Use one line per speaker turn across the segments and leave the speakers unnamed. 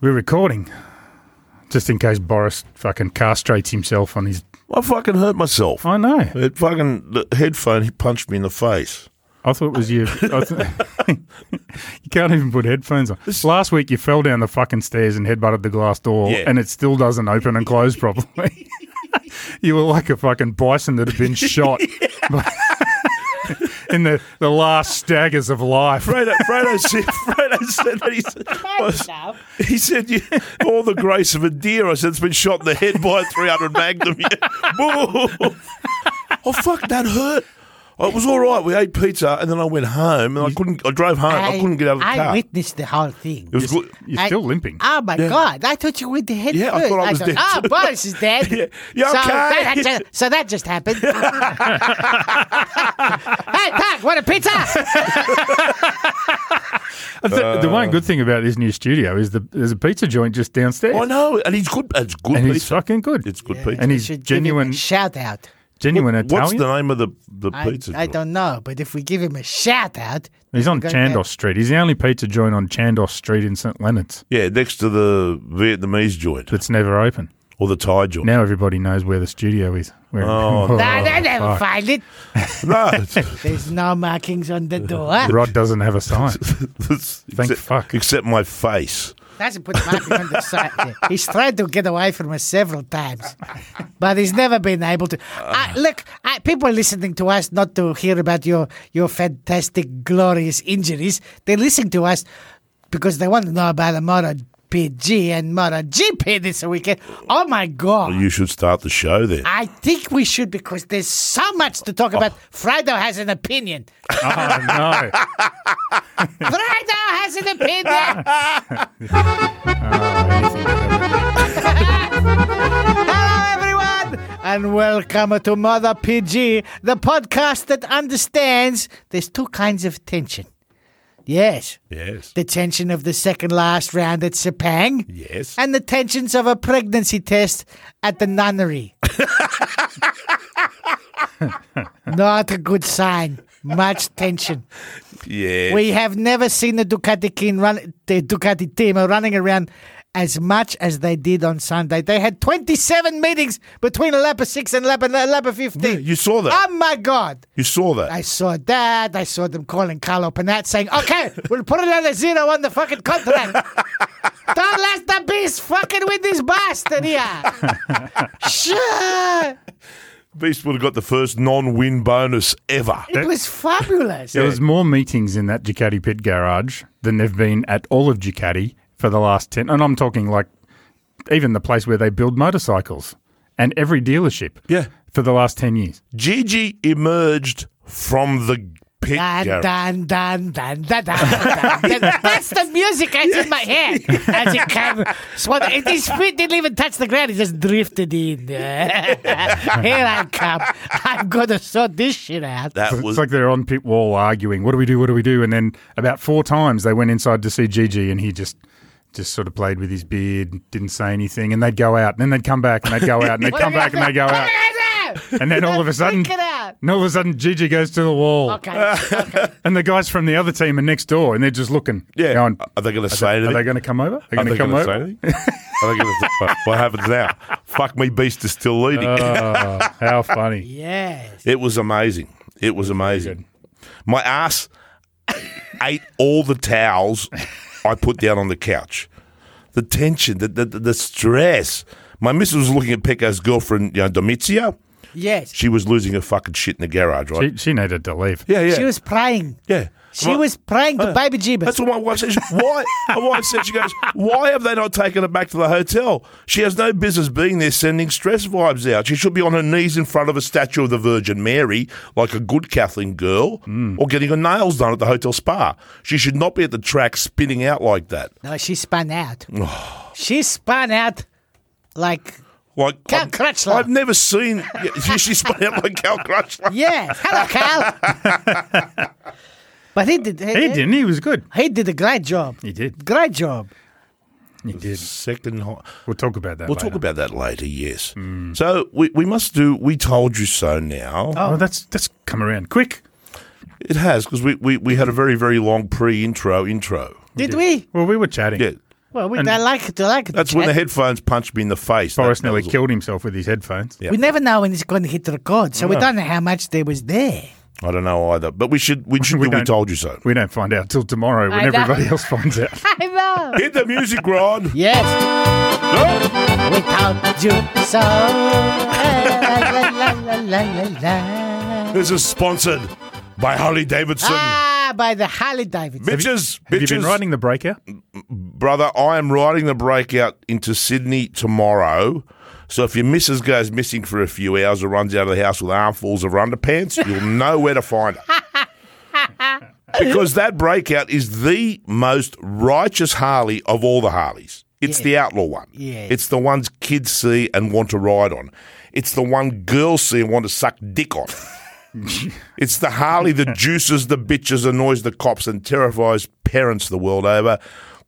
We're recording. Just in case Boris fucking castrates himself on his.
I fucking hurt myself.
I know.
It fucking the headphone he punched me in the face.
I thought it was you. I th- you can't even put headphones on. Last week you fell down the fucking stairs and headbutted the glass door,
Yeah.
and it still doesn't open and close properly. you were like a fucking bison that had been shot in the, the last staggers of life.
Fredo, Fredo said, Fredo said that he said,
now.
he said you, all the grace of a deer. I said it's been shot in the head by a 300 Magnum. Yeah. Boo. oh fuck, that hurt. It was all right. We ate pizza and then I went home and I couldn't. I drove home. I, couldn't get out of the
I
car. It
witnessed the whole thing.
was good.
You're
I-
still limping.
Oh my God! I thought you went to head
Yeah, I
first.
thought I was dead
Ah,
too."
Boris is dead.
Yeah. You
so,
okay?
that just, so that just happened. hey, Doc, want a pizza?
the, the one good thing about this new studio is the, there's a pizza joint just downstairs.
I know, and he's good. It's good
and
pizza.
he's fucking good.
it's good pizza.
and he's
Should give him a
genuine,
shout out.
genuine Italian.
What's the name of the the
I,
pizza?
I
joint?
don't know, but if we give him a shout out,
He's on
Go
Chandos
ahead.
Street. He's the only pizza joint on Chandos Street in St Leonard's
Yeah, next to the Vietnamese joint
that's never open.
or the Thai joint.
Now everybody knows where the studio is. Where
Oh.
Oh,
no, they never
fuck.
find it.
No, it's-
There's no markings on the door.
Rod doesn't have a sign.
it's-
Thank
except,
fuck.
Except my face.
Doesn't put marking on the side. there. He's tried to get away from us several times, but he's never been able to. I, look, I, people are listening to us not to hear about your your fantastic, glorious injuries. They listen to us because they want to know about the MotoPG and MotoGP this weekend. Oh my God!
You should start the show then.
I think we should because there's so much to talk about. Fredo has an opinion.
oh no!
Fredo has an opinion. Hello, everyone, and welcome to Mother PG, the podcast that understands there's two kinds of tension. Yes,
Yes.
the tension of the second last round at Sepang,
Yes.
and the tensions of a pregnancy test at the nunnery. Not a good sign. Much tension.
Yeah.
We have never seen the Ducati team run the Ducati team running around as much as they did on Sunday. They had 27 meetings between lap 6 and lap, lap 15.
you saw that.
Oh my god.
you saw that.
I saw that. I saw them calling Carlo Panat saying, "Okay, we'll put another zero on the fucking contract." Don't let the beast fucking with this bastard here. sure.
Beast would have got the first non-win bonus ever.
It was fabulous.
There was more meetings in that Ducati pit garage than there've been at all of Ducati for the last ten. And I'm talking like even the place where they build motorcycles and every dealership.
Yeah.
For the last ten years.
Gigi emerged from the pit.
Dun,
garage.
dun, dun, dun, dun, dun, dun, dun. That's the music that's in my head as it comes. Swan, and his feet didn't even touch the ground. He just drifted in. Here I come. I'm going to sort this shit out.
That
It's
was
like they're on pit wall arguing. What do we do? What do we do? And then about four times they went inside to see Gigi, and he just just sort of played with his beard, didn't say anything. And they'd go out, and then they'd come back, and they'd go out, and they'd
What
come
am I
back, and they'd go
gonna-
out.
what am I gonna do?
And then all of a sudden,
Freak it out.
and all of a sudden, Gigi goes to the wall,
Okay.
and the guys from the other team are next door, and they're just looking.
yeah. Uh,
going,
Are they going to say
are
anything?
they going to come over? Are they
Are
going
they
to come
going to say
over?
anything? Are they going to? What happens now? Fuck me, Beast is still leading.
How funny!
yes.
It was amazing. It was amazing. My ass ate all the towels I put down on the couch. The tension, the the, the stress. My missus was looking at Pecco's girlfriend, you know, Domizia.
Yes.
She was losing her fucking shit in the garage, right?
She, she needed to leave.
yeah, yeah.
She was praying.
yeah.
She
My-
was praying to
uh,
Yeah.
Baby Jeebus.
That's what my wife said. She- Why? My wife said, she goes, why have they not taken her back to the hotel? She has no business being there sending stress vibes out. She should be on her knees in front of a statue of the Virgin Mary, like a good Catholic girl, or getting her nails done at the hotel spa. She should not be at the track spinning out like that.
No, she spun out. she spun out like
Like
Cal
I've-
Crutchlow.
I've never seen. yeah, She, she spun out like Cal Crutchlow.
Yeah. Hello, Cal. but he did. He,
He didn't. He was good.
He did a great job.
He did.
Great job.
He did.
Second. Ho-
We'll talk about that.
We'll
later. Hmm.
talk about that later, yes. So we, we must do We Told You So now.
Oh, that's that's come around quick.
It has, because we, we, we had a very, very long pre intro intro.
Did we?
Well, we were chatting.
Yeah.
Well, we, they like they like.
That's when the headphones punched me in the face. That-
Boris
that
nearly
was-
killed himself with his headphones.
Yeah.
We never know when it's going to hit record, so we don't know how much there was there.
I don't know either, but we should we should
We
do we
don't-
told you so.
We don't find out till tomorrow when
I know.
everybody else finds out.
I know.
Hit the music, Rod.
Yes,
Oh,
without you, so la, la, la, la, la, la.
this is sponsored by Harley Davidson.
ah by the Harley Davidson.
Bitches,
Have you
bitches,
been riding the breaker?
brother. I am riding the breakout into Sydney tomorrow. So if your missus goes missing for a few hours or runs out of the house with armfuls of her underpants, you'll know where to find her. because that breakout is the most righteous Harley of all the Harleys. It's the outlaw one.
Yeah.
It's the ones kids see and want to ride on. It's the one girls see and want to suck dick on. It's the Harley that juices the bitches, annoys the cops, and terrifies parents the world over.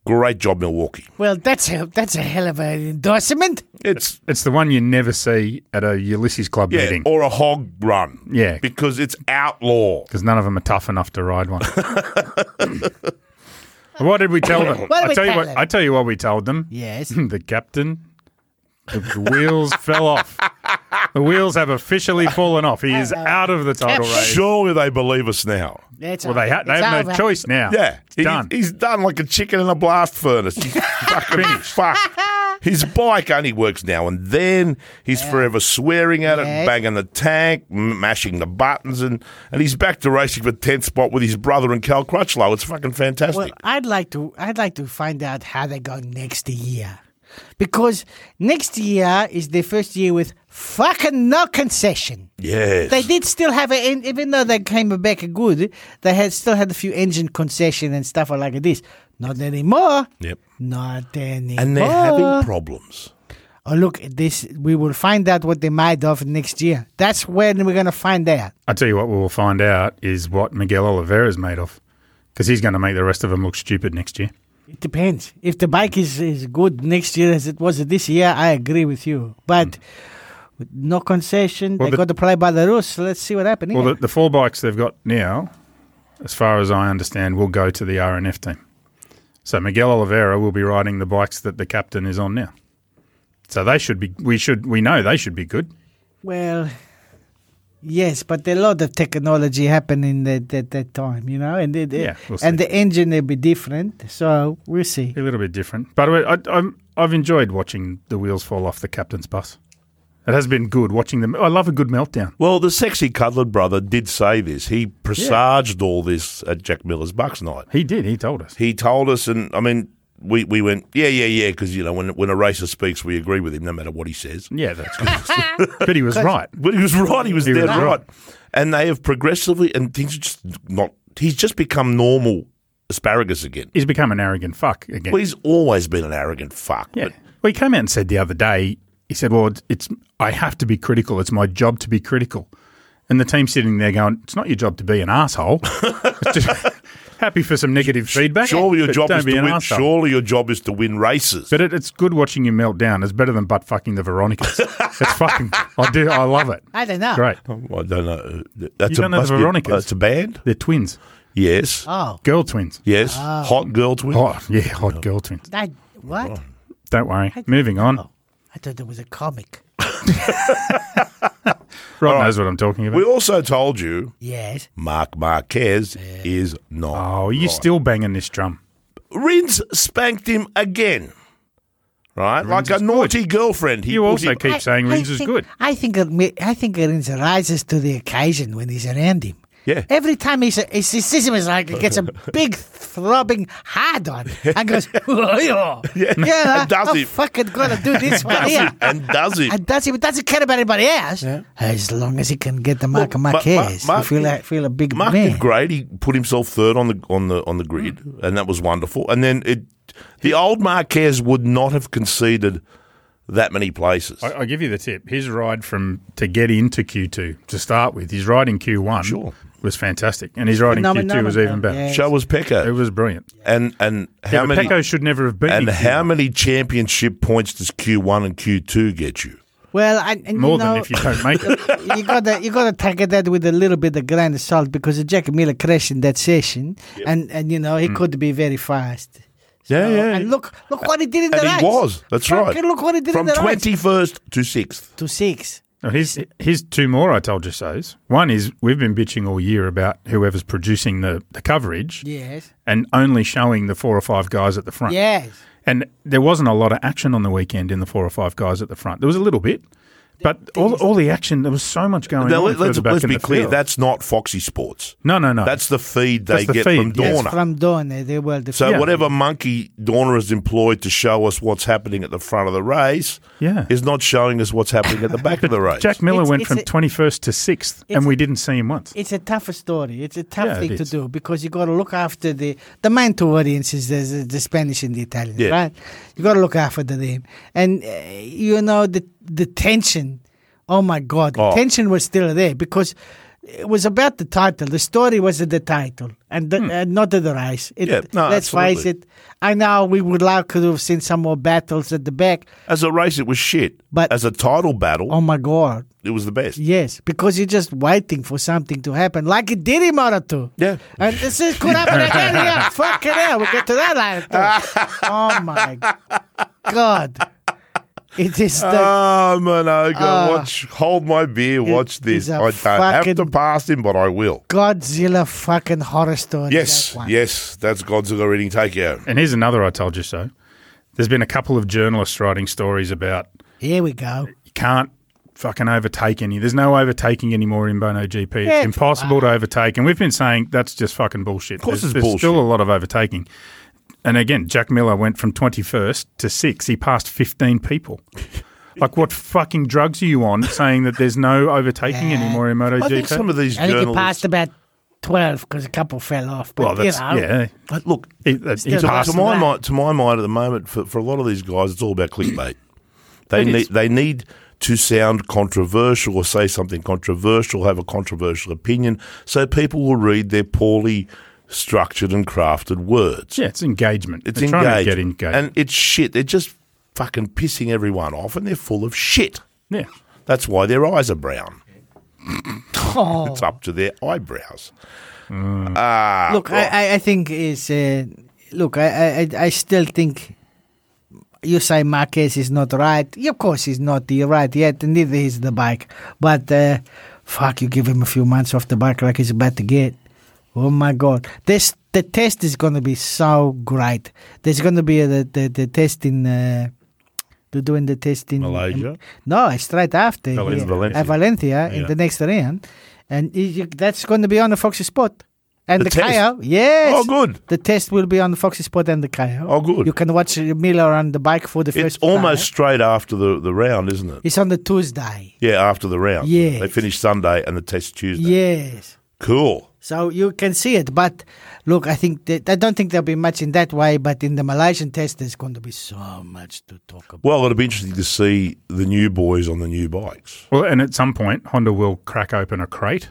Great job, Milwaukee.
Well, that's a that's a hell of an endorsement.
It's
It's the one you never see at a Ulysses Club
yeah,
meeting
or a hog run.
Yeah.
because it's outlaw.
because none of them are tough enough to ride one. what did we tell them?
What did
I
we
tell you
tell
what.
them?
I tell you what we told them.
Yes.
the captain. The wheels fell off. The wheels have officially fallen off. He is
Uh-huh.
out of the title
Captain.
race.
Surely they believe us now.
That's
Well, they, ha- they
it's
have no
over.
choice now.
Yeah,
it's
he-
done.
He's done like a chicken in a blast furnace. He's fucking fuck. His bike only works now and then. He's forever swearing at
Yeah.
it, banging the tank, m- mashing the buttons, and, and he's back to racing for tenth spot with his brother and Cal Crutchlow. It's fucking fantastic.
Well, I'd like to. I'd like to find out how they go next year, because next year is their first year with fucking no concession.
yes,
They did still have a, en- even though they came back good, they had still had a few engine concession and stuff like this. Not anymore.
Yep.
Not anymore.
and they're having problems.
oh, look, this we will find out what they're made of next year. That's when we're gonna find out.
I tell you what, we will find out is what Miguel Oliveira's made of, because he's going to make the rest of them look stupid next year.
It depends. If the bike is, is good next year as it was this year, I agree with you. But with no concession,
Hmm. Well,
they
the-
got to play by the rules. So let's see what happens.
Well, the, the four bikes they've got now, as far as I understand, will go to the RNF team. So Miguel Oliveira will be riding the bikes that the captain is on now. So they should be. We should. We know they should be good.
well, yes, but a lot of technology happened in that that, that time, you know, and the, the-
Yeah, we'll
and
see.
the engine will be different. So we'll see.
A little bit different, but I, I, I'm, I've enjoyed watching the wheels fall off the captain's bus. It has been good watching them. I love a good meltdown.
Well, the sexy cuddler brother did say this. He presaged all this at Jack Miller's Bucks night.
He did. He told us.
He told us, and I mean, we, we went, yeah, yeah, yeah, because, you know, when, when a racer speaks, we agree with him no matter what he says.
Yeah, that's good. but he was right.
But he was right. He was
He was
dead
right.
right. And they have progressively, and things are just not, he's just become normal asparagus again.
He's become an arrogant fuck again.
Well, he's always been an arrogant fuck.
Yeah.
but
Well, he came out and said the other day, he said, "Well, it's- it's I have to be critical. It's my job to be critical." And the team sitting there going, "It's not your job to be an asshole." It's just- happy for some negative feedback.
Surely your
but
job
don't
is
be
to
an
win.
arsehole.
Surely your job is to win races.
But it, it's good watching you melt down. It's better than butt fucking the Veronicas. it's fucking. I do. I love it.
I don't know.
Great.
I don't know. That's
You don't know
must
the
be a-
Veronicas?
It's a band.
They're twins,
Yes.
Oh,
girl twins.
Yes.
Ah.
Hot girl twin.
Oh yeah, hot girl twins.
that what?
Don't worry. Moving on.
Oh, I thought it was a comic.
Rob knows what I'm talking about.
We also told you
Yes.
Mark Marquez is not.
Oh, you still banging this drum?
Rins spanked him again. Right? like a naughty girlfriend. He
You
put
also
him-
keep saying Rins is
think-
good.
I think it ma- I think Rins rises to the occasion when he's around him.
Yeah.
Every time he's, he's he sees him, he's like he gets a big throbbing hard on and goes, yeah, "Oh, yeah,
And does
I'm
it.
fucking gonna do this one here.
and does it.
And does he? But doesn't care about anybody else. As long as he can get the mark of
Ma- Ma-
Marquez, I
Mark-
feel like, feel a big
Mark
man. Mm.
did great. He put himself third on the on the on the grid, and that was wonderful. And then it, the old Marquez would not have conceded that many places.
I, I'll give you the tip. His ride from to get into Q2 to start with, his ride in Q1
Sure.
was fantastic, and his ride in
Phenomen-
Q2 was even
phenomen-
better.
yeah.
Show was
It
Pekka,
was brilliant.
and and
Yeah,
how
but
many
Pecco should never have been.
and
in
how
Q1,
many championship points does Q one and Q two get you?
Well, I, and
More
you know,
than if you don't make it.
you gotta you gotta take that with a little bit of grain of salt because Jack Miller crashed in that session, and and you know he could be very fast.
Mm. Yeah,
So-
yeah.
And look, look what he did in the
And he
race.
was. That's
Fucking
right.
Look what he did in
From
the race.
twenty first to sixth.
to six.
Now, Here's, here's two more I told you so's. One is we've been bitching all year about whoever's producing the, the coverage
Yes.
and only showing the four or five guys at the front.
Yes.
And there wasn't a lot of action on the weekend in the four or five guys at the front. There was a little bit, but all, all the action, there was so much going
Now
on.
let, us
further back
let's
in
be
the
clear.
field.
That's not Foxy Sports.
no, no, no.
That's the feed they
That's the
get
feed,
from
yes.
Dorna.
From dawn, eh, they were the
So
Yeah.
whatever monkey Dorna has employed to show us what's happening at the front of the race
Yeah.
is not showing us what's happening at the back of the race.
Jack Miller
It's-
went
it's
from
a-
21st to 6th, and
it's-
we didn't see him once.
it's a tough story. It's a tough
Yeah, it
thing to
is.
do because you got to look after the the main two audiences, the, the, the Spanish and the Italians,
Yeah.
right? You got to look after them, and uh, you know the the tension. Oh my God, the
Oh.
tension was still there because it was about the title. The story was at the title and the, uh, not at the race. It,
Hmm. Yeah, no,
let's face
absolutely.
it. I know we would like to have seen some more battles at the back.
As a race, it was shit.
But-
as a title battle,
Oh my God,
it was the best.
Yes, because you're just waiting for something to happen, like it did in Moratu.
Yeah.
And this is, could happen again. Yeah, fucking hell, we'll get to that later. too. oh my God. It is the.
Oh man, I go
Ah.
watch. Hold my beer. Watch this.
is a
I don't have to
fucking-
pass him, but I will.
Godzilla fucking horror story.
Yes,
that one.
yes, that's Godzilla reading takeout.
And here's another I told you so. There's been a couple of journalists writing stories about
Here we go.
you can't fucking overtake any. There's no overtaking anymore in Bono GP. It's
Yeah.
impossible to overtake. And we've been saying that's just fucking bullshit. Of
course
there's,
it's
there's still a lot of overtaking. And again, Jack Miller went from 21st to 6th. He passed 15 people. Like, what fucking drugs are you on saying that there's no overtaking
Yeah.
anymore in Moto
I think some of these
I think he
journalists.
passed about 12 because a couple fell off. But,
well, that's,
you know,
yeah.
But look,
He, that- he
Still-
to,
passed
to
Passing
my
that.
mind, to my mind at the moment, for, for a lot of these guys, it's all about clickbait. They need they need to sound controversial or say something controversial, have a controversial opinion, so people will read their poorly structured and crafted words.
Yeah, it's engagement.
It's
They're
engaged.
trying to get engaged.
And it's shit. They're just fucking pissing everyone off and they're full of shit.
yeah.
That's why their eyes are brown.
Oh.
It's up to their eyebrows.
Mm.
Ah,
look, I, I, I think is uh, look, I, I, I- I still think you say Marquez is not right. Yeah, of course, he's not the right yet, and neither is the bike. But uh, fuck, you give him a few months off the bike like he's about to get. Oh my god, this the test is going to be so great. There's going to be a, the, the the test in. Uh, they're doing the test in
Malaysia?
no, it's right after
Valen-
here,
Valencia.
at Valencia in
Yeah.
the next round, and you- you- that's going to be on the Foxy Spot. And
The
the,
test?
KO, yes.
Oh, good.
The test will be on the Foxy Spot and the KO.
Oh, good.
You can watch Miller on the bike for the
It's
first time.
almost straight after the, the round, isn't it?
It's on the Tuesday.
Yeah, after the round.
Yes.
They finish Sunday and the test Tuesday.
Yes.
Cool.
So you can see it, but look, I think that, I don't think there'll be much in that way. But in the Malaysian test, there's going to be so much to talk about.
Well, it'll be interesting to see the new boys on the new bikes.
Well, and at some point, Honda will crack open a crate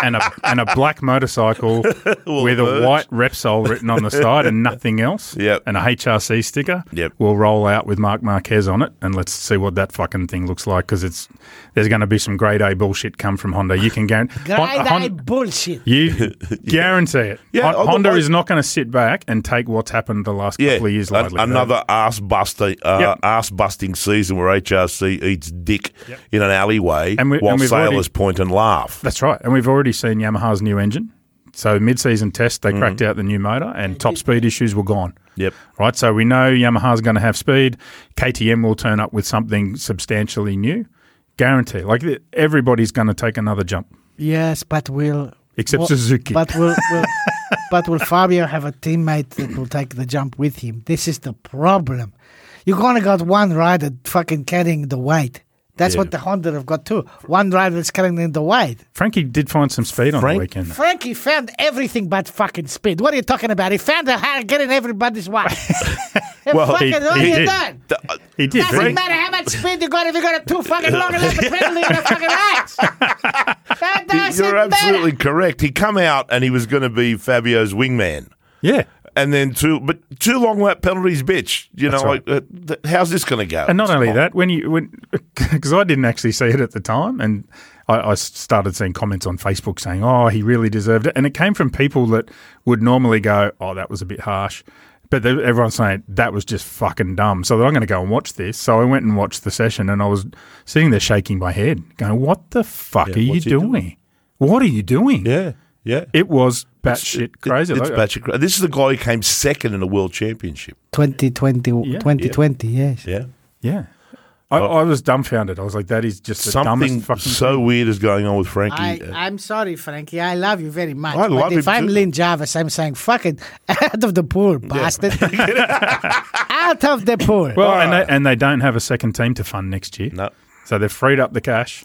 and a and a black motorcycle with
emerge.
a white Repsol written on the side and nothing else,
Yep.
and a HRC sticker.
Yep.
will roll out with Mark Marquez on it, and let's see what that fucking thing looks like because it's there's going to be some grade A bullshit come from Honda. You can guarantee.
Grade A bullshit.
you guarantee it.
Yeah,
Hon-
I've got
Honda
one-
is not going to sit back and take what's happened the last
Yeah,
couple of years.
an-
lightly.
another ass busting, uh,
Yep.
ass busting season where HRC eats dick in an alleyway
And we-
while
and we've
sailors
already-
point and laugh.
That's right. And we've already seen Yamaha's new engine. So mid-season test, they cracked out the new motor, and top speed issues were gone.
Yep.
Right. So we know Yamaha's going to have speed. KTM will turn up with something substantially new. Guarantee. Like th- everybody's going to take another jump,
Yes, but will
except Suzuki.
But will, will but will Fabio have a teammate that will take the jump with him? This is the problem. You've only got one rider fucking carrying the weight. That's what the Honda have got too. One rider that's carrying the weight.
Frankie did find some speed on
Frank-
the weekend. though.
Frankie found everything but fucking speed. What are you talking about? He found a how to get in everybody's way.
Well,
fucking,
he-
what
he
are you
did.
done?
Th- uh,
He did.
Doesn't
Frank-
matter how much speed you got if you got a too fucking long lap of penalty on a fucking race. That doesn't
You're
matter.
absolutely correct. He come out and he was going to be Fabio's wingman,
Yeah.
and then two, but two long lap penalties, bitch. You know,
right.
like uh, th- how's this going to go?
And not only that, when you when because I didn't actually see it at the time, and I, I started seeing comments on Facebook saying, "Oh, he really deserved it," and it came from people that would normally go, "Oh, that was a bit harsh," But the, everyone's saying that was just fucking dumb. So I'm going to go and watch this. So I went and watched the session, and I was sitting there shaking my head, going, "What the fuck
Yeah,
are you
what's he doing?
doing? What are you doing?"
Yeah, yeah.
It was batshit crazy.
It's
Like, uh,
batshit cra- This is the guy who came second in the world championship.
2020, 2020 yes.
Yeah.
yeah. I, I was dumbfounded. I was like, "That is just the
Oh. Something
dumbest fucking."
so weird is going on with Frankie.
I, I'm sorry, Frankie. I love you very much.
uh, I love
but if
him
I'm
too.
Lynn Jarvis, I'm saying, fuck it, out of the pool, bastard. out of the pool.
well, and they, and they don't have a second team to fund next year.
no.
So they've freed up the cash,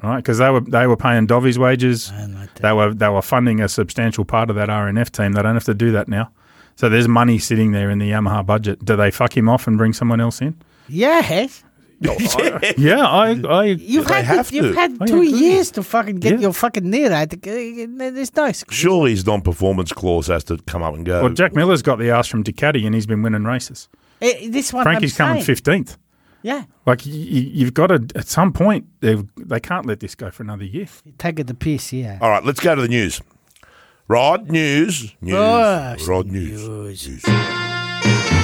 right? Because they were they were paying Dovies wages. They were they were funding a substantial part of that RNF team. They don't have to do that now. So there's money sitting there in the Yamaha budget. Do they fuck him off and bring someone else in?
yes.
Yeah, Oh, I, I
You've
They
had,
have
you've
to.
I
had two
agree.
years to fucking get
Yeah.
your fucking knee right. It's nice.
Surely his non performance clause has to come up and go.
well, Jack Miller's got the ass from Ducati and he's been winning races.
Eh, This one
Frankie's
I'm
coming
saying.
fifteenth.
Yeah.
Like you, you've got to at some point they've- they can't let this go for another year.
Take it to piece, yeah.
All right, let's go to the news. Rod news. News.
Oh,
Rod news. News.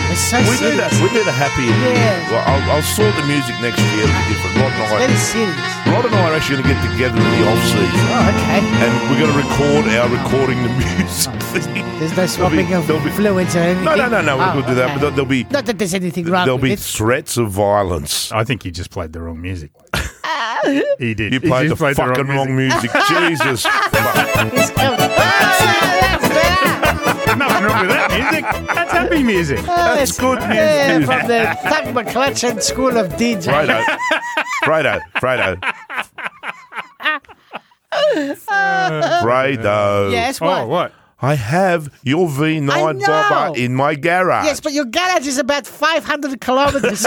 It's so
We need
serious.
a we need a happy.
Yeah.
Well, I'll, I'll sort the music next year. It'll be different. Rod and
Very
I.
serious.
Rod and I are actually going to get together in the off season,
Oh,
and we're going to record our recording the music
okay.
thing.
Oh. There's no swapping of
there'll be-
fluids or anything.
No, no, no, no.
Oh,
We'll do that.
okay.
But there'll- there'll be
Not that there's anything wrong
there'll
with
be
it.
threats of violence.
I think he just played the wrong music. he did.
You
He
played
just
the fucking wrong music. Jesus. fuck.
It's- oh, that's better.
Nothing wrong with that music. That's happy music.
Oh,
Oh,
That's
good
Yeah,
news.
from the Tuck McClatchin School of DJ.
Fredo. Fredo. Fredo. Fredo.
Yes, what?
Oh, what?
I have your
I
V9
know.
Bobber in my garage.
Yes, but your garage is about 500 kilometers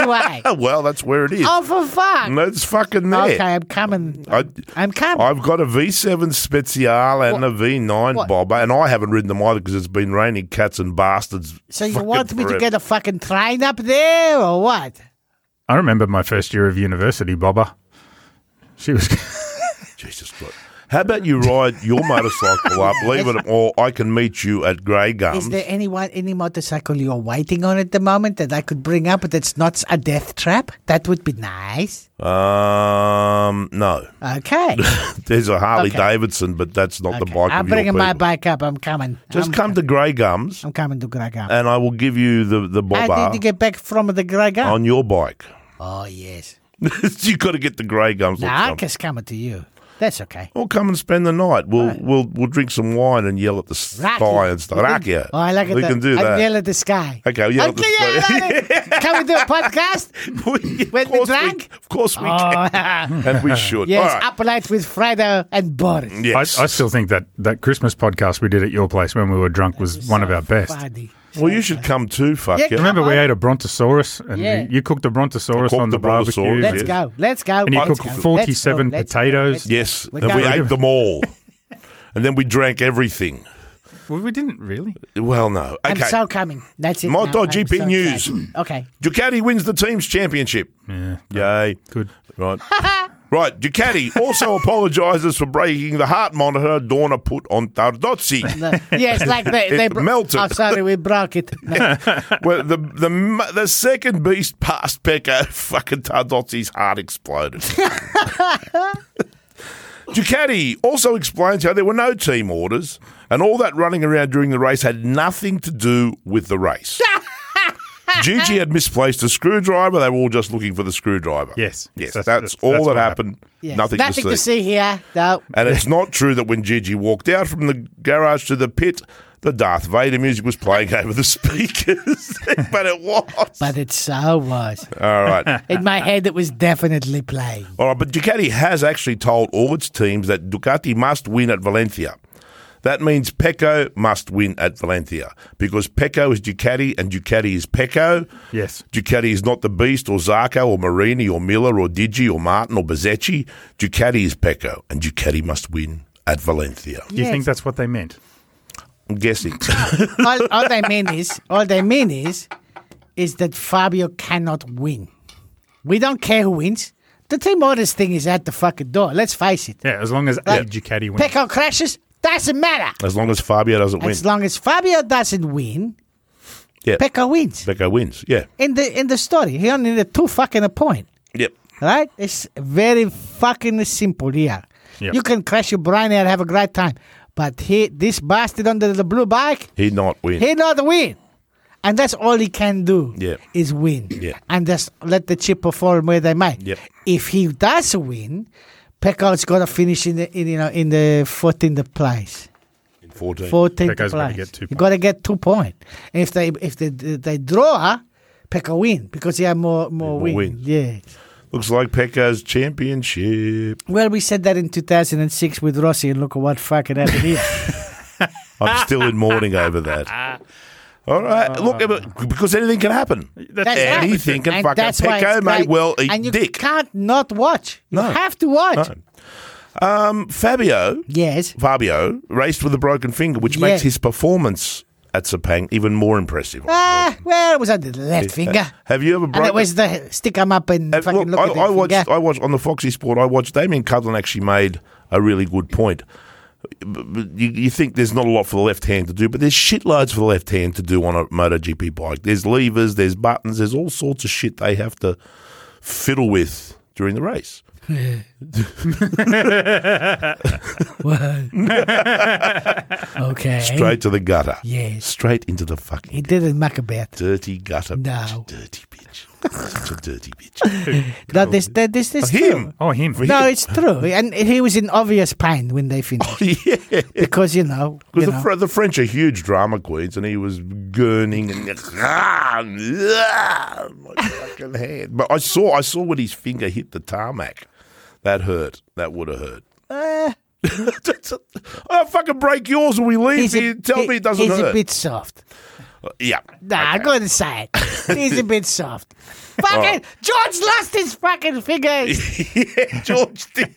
away.
Oh, well, that's where it is.
oh, for fuck.
No, it's fucking there.
Okay, I'm coming.
I,
I'm coming.
I've got a V7 Speziale and a V9
What?
Bobber, and I haven't ridden them either because it's been raining cats and bastards.
so you
fucking
want me to
forever.
get a fucking train up there or what?
I remember my first year of university, Bobber. She was.
Jesus Christ. How about you ride your motorcycle up, leave it, or I can meet you at Grey Gums.
Is there anyone, any motorcycle you're waiting on at the moment that I could bring up that's not a death trap? That would be nice.
Um, no.
Okay.
There's a Harley
Okay.
Davidson, but that's not the
okay.
bike.
I'm
of your
bringing my
people.
bike Um, up. I'm coming.
Just
I'm,
come to Grey Gums,
I'm coming to Gragam.
and I will give you the the
I need to
bobber
get back from the Gragam.
on your bike.
Oh, yes.
you got to get the Grey Gums. or
Nah, I'm
something.
just coming to you. That's okay.
Or come and spend the night. We'll we'll we'll drink some wine and yell at the sky
Rakia.
and stuff.
We can-
Rakia.
Oh, I like it.
We
that-
can do
I yell
that.
at the sky.
Okay, I'll yell at the
Okay, yeah,
sky.
I like it. Can we do a podcast?
We- of
When we
course
drank?
of course we
Oh,
can, and we should. All
yes,
right.
up late with Fredo and Boris.
Yes.
I, I still think that that Christmas podcast we did at your place when we were drunk was one of our best.
Buddy.
well, you should come too. Fuck
Yeah,
yeah.
come
Remember, we ate a brontosaurus, and
Yeah.
you, you cooked a brontosaurus
cooked
on the,
the
barbecue.
brontosaurus,
Let's
yes.
go. Let's go.
And you
let's
cooked
go, let's
47
go, let's go,
potatoes.
let's go.
Yes,
We're
and we
going.
ate them all, and then we drank everything.
Well, we didn't really.
Well, no.
I'm
Okay.
so coming. That's it.
My
now.
dodgy
I'm
big
so
news.
excited. Okay.
Ducati wins the team's championship.
Yeah,
Yay.
good.
Right. right. Ducati also apologises for breaking the heart monitor Dorna put on Tardozzi.
No. Yes, like they,
It
they bro-
melted.
Oh, sorry, we broke it. No.
well, the, the m- the second beast passed Pecco, fucking Tardozzi's heart exploded. Ducati also explains how there were no team orders and all that running around during the race had nothing to do with the race. Gigi had misplaced a screwdriver. They were all just looking for the screwdriver.
Yes.
Yes. That's,
That's- that's-
all
that's
that
what
happened.
Yes.
Nothing,
Nothing to see here. No.
And it's not true that when Gigi walked out from the garage to the pit, the Darth Vader music was playing over the speakers, but it was.
But it so was.
All right.
In my head, it was definitely playing.
All right, but Ducati has actually told all its teams that Ducati must win at Valencia. That means Pecco must win at Valencia because Pecco is Ducati and Ducati is Pecco.
Yes.
Ducati is not the Beast or Zarco or Marini or Miller or Digi or Martin or Bezzetti. Ducati is Pecco and Ducati must win at Valencia.
Do you
Yes.
think that's what they meant?
I'm guessing.
all, all they mean is, all they mean is, is that Fabio cannot win. We don't care who wins. The team orders thing is at the fucking door. Let's face it.
Yeah, as long as
Like,
a Ducati wins.
Pecco crashes doesn't matter.
As long as Fabio doesn't win.
As long as Fabio doesn't win,
Yeah.
Pekka wins.
Becco wins. Yeah.
in the in the story, he only needed two fucking a point.
Yep.
Right? It's very fucking simple here.
Yep.
You can crash your brain and have a great time. But he this bastard under the blue bike,
He not win.
he not win. And that's all he can do
Yeah.
is win.
Yeah.
And just let the chip perform where they might.
Yep.
If he does win, Peckard's gotta finish in the in, you know in the fourteenth place.
14.
14th
Pecco's
place.
gotta get two
you got to get two points. And if they if they they draw, Pekka win because he had more more,
more
win.
wins.
Yeah.
Looks like Pecco's championship.
Well, we said that in 2006 with Rossi, and look at what fucking happened here.
I'm still in mourning over that. All right. Look, uh, because anything can happen.
That's
right.
Anything can
And
fucking
that's why
Pecco
it's
may
great.
well eat
and you
dick.
can't not watch. You
No.
have to watch.
Um, Fabio,
Yes.
Fabio raced with a broken finger, which
Yeah.
makes his performance at Sepang even more impressive.
Ah, well, it was on the left finger.
Have you ever
And it
broken?
was the stick 'em up and
Have-
fucking
Uh, look,
look
I,
at the
I watched.
finger.
I watched on the Foxy Sport. I watched Damien Cudlin actually made a really good point. B- b- You, you think there's not a lot for the left hand to do, but there's shitloads for the left hand to do on a MotoGP bike. There's levers, there's buttons, there's all sorts of shit they have to fiddle with during the race.
okay.
Straight to the gutter.
Yes.
Straight into the
He
fucking
didn't make a bet.
dirty gutter.
No.
bitch. Dirty bitch. Such a dirty bitch.
No, this, this, this,
Uh, Him.
Oh, him.
No, it's true. And he was in obvious pain when they finished
Oh, yeah.
because, you know.
Because
You
the,
know.
Fr- the French are huge drama queens, and he was gurning and my fucking hand. But I saw, I saw when his finger hit the tarmac. That hurt. That would have hurt.
Uh,
I'll fucking break yours when we leave.
he's a-
You tell
he-
me it doesn't
he's a
hurt.
bit soft.
yeah.
Nah, I'm going to say it. He's a bit soft. Fucking George lost his fucking finger. He
yeah, George did.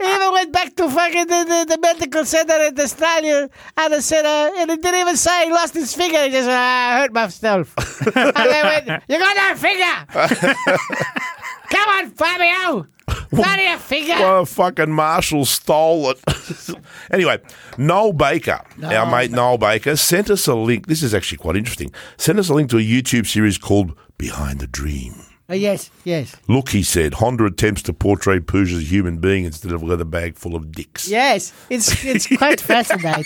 even went back to fucking the, the, the medical center in Australia and I said, uh, and he didn't even say he lost his finger. He just, uh, I hurt myself. and they went, You got no finger. Come on, Fabio. Not your finger.
Well, fucking Marshall stole it. anyway, Noel Baker, our mate Noel Baker, sent us a link. This is actually quite interesting. Sent us a link to a YouTube series called Behind the Dream.
Uh, yes, yes.
Look, he said, Honda attempts to portray Pooja as a human being instead of a leather bag full of dicks.
Yes, it's it's quite fascinating.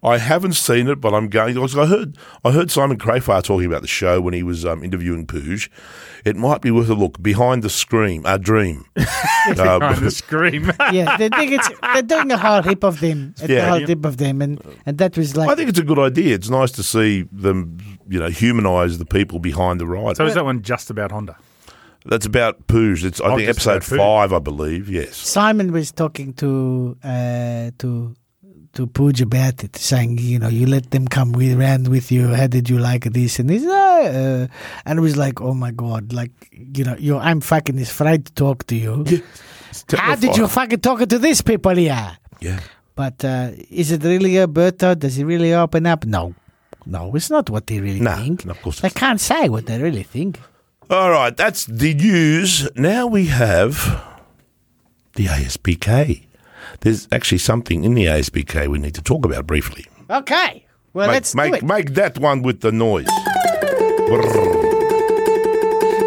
I haven't seen it, but I'm going. Because I heard, I heard Simon Crayfar talking about the show when he was um, interviewing Pooja. It might be worth a look. Behind the Scream, a dream. Uh,
Behind the scream.
Yeah, they think it's they're doing a whole heap of them, a
Yeah.
whole heap of them, and and that was like
I think it's a good idea. It's nice to see them, you know, humanise the people behind the ride.
so is that one just about Honda?
That's about Pooj. It's I
Oh,
think
just about
episode
Pooj.
five, I believe. Yes.
Simon was talking to uh, to to Pooj about it, saying you know you let them come we ran with you. How did you like this and this? Uh, uh, and it was like oh my god, like you know you I'm fucking is afraid to talk to you. How did you fucking talk to these people here?
Yeah.
But uh, is it really Alberto? Does he really open up? No. No, it's not what they really
No,
think.
no, of course
they
it's
can't say what they really think.
All right. That's the news. Now we have the ASPK. There's actually something in the ASPK we need to talk about briefly.
Okay. Well,
make,
let's
make,
do it.
make that one with the noise. Brrr.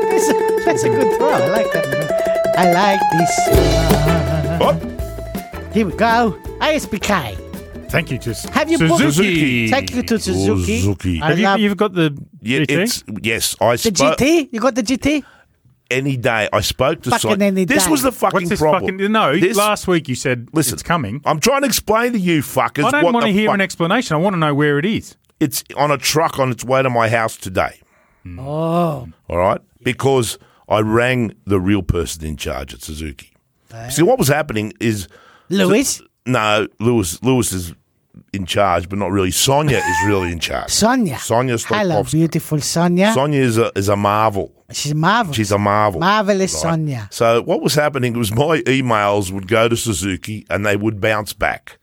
That's, a, that's a good throw. I like that. I like this.
Oh,
Here we go. ASPK.
Thank you, just
Have you booked-
Suzuki.
Suzuki.
Take you to Suzuki.
Suzuki.
I
Have you,
love-
you've got the
yeah,
GT?
it's yes. I
the
spoke
GT? You got the GT?
any day. I spoke to
Fucking
Simon.
any
This
day.
was the fucking
What's this
problem.
fucking? No,
This-
last week you said
Listen,
it's coming.
I'm trying to explain to you fuckers.
I don't
what
want to
the
hear
fuck-
an explanation. I want to know where it is.
It's on a truck on its way to my house today.
Hmm.
Oh.
All right, because I rang the real person in charge at Suzuki. See, what was happening is
Louis?
no, Lewis. Lewis is in charge, but not really. Sonia is really in charge.
Sonia.
Sonia
Hello,
Stokowska.
beautiful Sonia.
Sonia is a is a marvel.
She's marvelous.
She's a marvel.
Marvelous Sonia.
So what was happening was my emails would go to Suzuki and they would bounce back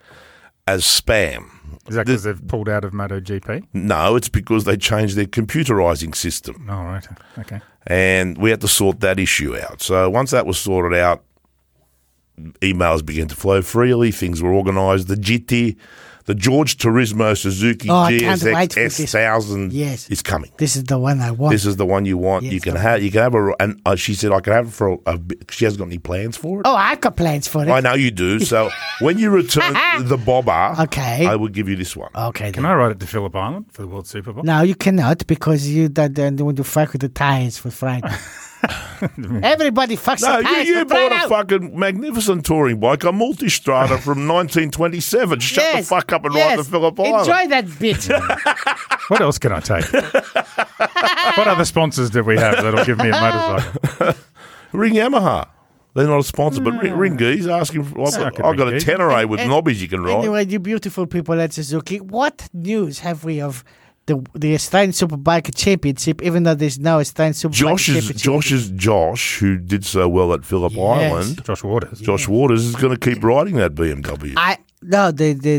as spam.
Is that because they've pulled out of MotoGP?
No, it's because they changed their computerizing system.
Oh, right. Okay.
and we had to sort that issue out. So once that was sorted out, emails began to flow freely, things were organised. The GT, The George Turismo Suzuki
Oh, I can't wait for
GSX
this.
S1000
Yes.
is coming.
This is the one I want.
This is the one you want.
Yes,
you can
I
have. You can have a. And uh, she said, "I can have it for a." a bit." She hasn't got any plans for it.
oh, I've got plans for it.
I know you do. So when you return the bobber,
Okay.
I will give you this one.
okay. Then.
Can I ride it to Phillip Island for the World Super Bowl?
No, you cannot because you don't, don't want to fuck with the tires for Friday. Everybody fucks
No,
the
you,
tires
you
for
bought
Friday.
a fucking magnificent touring bike, a multistrada from 1927. Shut
Yes,
the fuck up and
yes.
ride the Phillip Island.
Enjoy that bitch.
What else can I take? what other sponsors do we have that'll give me a motorcycle?
Ring Yamaha. They're not a sponsor, but
Mm.
ring, ring Geese. Ask him. I've
I
got,
could
I've got
ring
a
Geese.
Tenere with knobbies you can ride.
anyway, you beautiful people at Suzuki, what news have we of the the Australian Superbike Championship? Even though there's no Australian Superbike
Josh's
Championship.
Josh's Josh, who did so well at Phillip
Yes.
Island,
Josh Waters.
Josh Waters is going to keep riding that BMW.
I no the the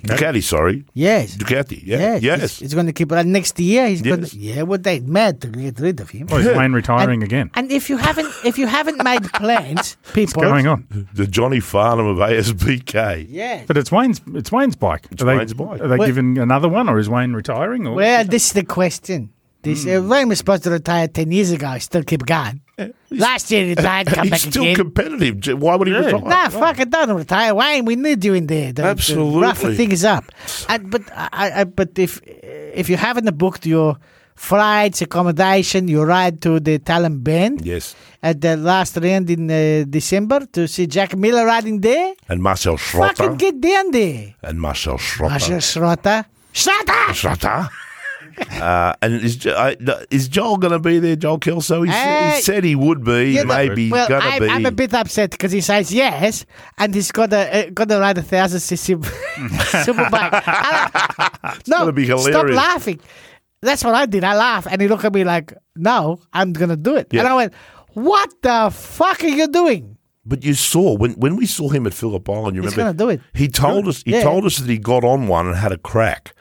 Ducati.
Ducati, sorry,
Yes.
Ducati. Yeah,
Yes,
yes.
It's, going to keep uh, next year. He's going
Yes.
to, yeah, well, they mad to get rid of him.
Oh, is Wayne retiring again?
And if you haven't, if you haven't made plans, people,
What's going on?
the Johnny Farnham of ASBK.
yeah,
But it's Wayne's. It's Wayne's bike. It's
Wayne's bike.
Are they
Well-
giving another one, or is Wayne retiring? Or
Well, this is the question. This uh, Ryan was supposed to retire ten years ago. He still keep going. Last year he retired, come
He's
back
still
again.
competitive. J- Why would he retire?
nah, fuck it, don't retire, Wayne. We need you in there. The,
Absolutely.
the rough thing is up. And, but I, I, but if if you haven't booked your flights, accommodation, your ride to the Talent Band
Yes,
at the last round in uh, December to see Jack Miller riding there,
and Marcel
fucking
Schrotter.
get down there.
and Marcel Schrotter.
Asher Schrotter. Schrotter!
Schrotter. Uh, and is Jo- I- no, is Joel going to be there? Joel Kelso. He, s- he
Hey.
said he would be.
You know-
Maybe
Uh, well,
going to
I'm,
be.
I'm a bit upset because he says yes, and he's got to uh, got to ride a thousand cc superbike. I like- no,
gonna be
stop
hilarious.
laughing. That's what I did. I laugh, and he looked at me like, "No, I'm gonna do it."
Yeah.
And I went, "What the fuck are you doing?"
But you saw when when we saw him at Phillip Island, you
He's
remember
gonna do it.
He told us he
Yeah.
told us that he got on one and had a crack,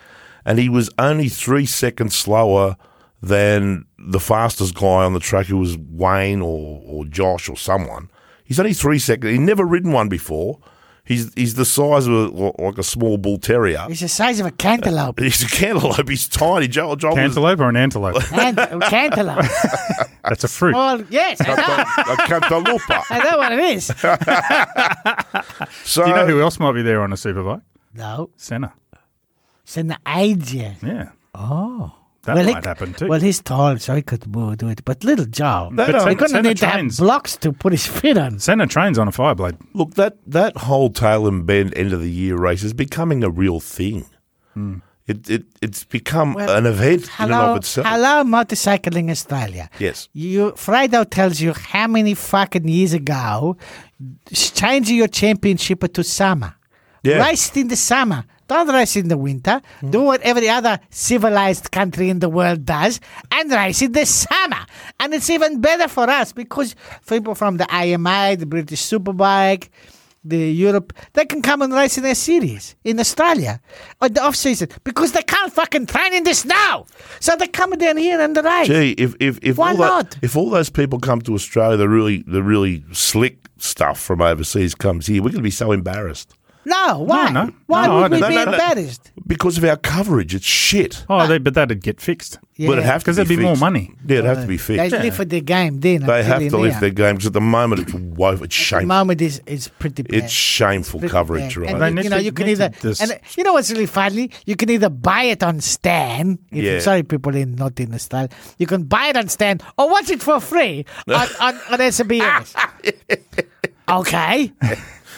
and he was only three seconds slower than the fastest guy on the track, who was Wayne or, or Josh or someone. He's only three seconds. He'd never ridden one before. He's he's the size of a, like a small bull terrier.
It's the size of a cantaloupe.
He's a cantaloupe. He's tiny. Joel, Joel was,
cantaloupe or an antelope?
And a cantaloupe.
That's a fruit.
Well, yes, I know,
a cantaloupe.
I know what it is.
So
Do you know who else might be there on a superbike?
No,
Senna.
it's an idea.
Yeah. Oh. That
Well, he-
might happen too.
Well, he's tall, so he could move, do it. But little Joe,
But
he
Sen-
couldn't
Senna
need to have
trains.
blocks to put his feet on.
Senna trains on a fireblade.
Look, that, that whole tail and bend end of the year race is becoming a real thing. It, it it's become
Well,
an event in and
Hello,
of itself.
hello, motorcycling Australia.
Yes.
You, Fredo tells you how many fucking years ago, s- change your championship to summer.
Yeah.
Race in the summer. Don't race in the winter.
Hmm.
Do what every other civilized country in the world does and race in the summer. And it's even better for us because people from the IMI, the British Superbike, the Europe, they can come and race in their series in Australia at the off season because they can't fucking train in the snow. So they come down here and they race.
Gee, if if if
Why
all that-
not?
if all those people come to Australia, the really the really slick stuff from overseas comes here, we're going to be so embarrassed
No, why?
no.
Why
No, I
would we
don't-
be
no, no, no.
embarrassed?
because of our coverage. It's shit.
Oh, they, but that'd get fixed.
Yeah.
But it'd have to
Because there'd be more
fixed.
money.
Yeah, it'd have to be
They
fixed.
live for the game then. I'm
They have
telling
to
you.
lift their games at the moment. It's woe. It's
The
shameful.
moment is, is pretty bad.
It's shameful
Pretty
coverage,
bad.
right?
And
They
you,
need
you know,
to-
you can
need to
either
dis-
and uh, you know what's really funny? You can either buy it on Stan. If,
Yeah.
Sorry, people in not in the style. You can buy it on Stan or watch it for free on on, on SBS. okay.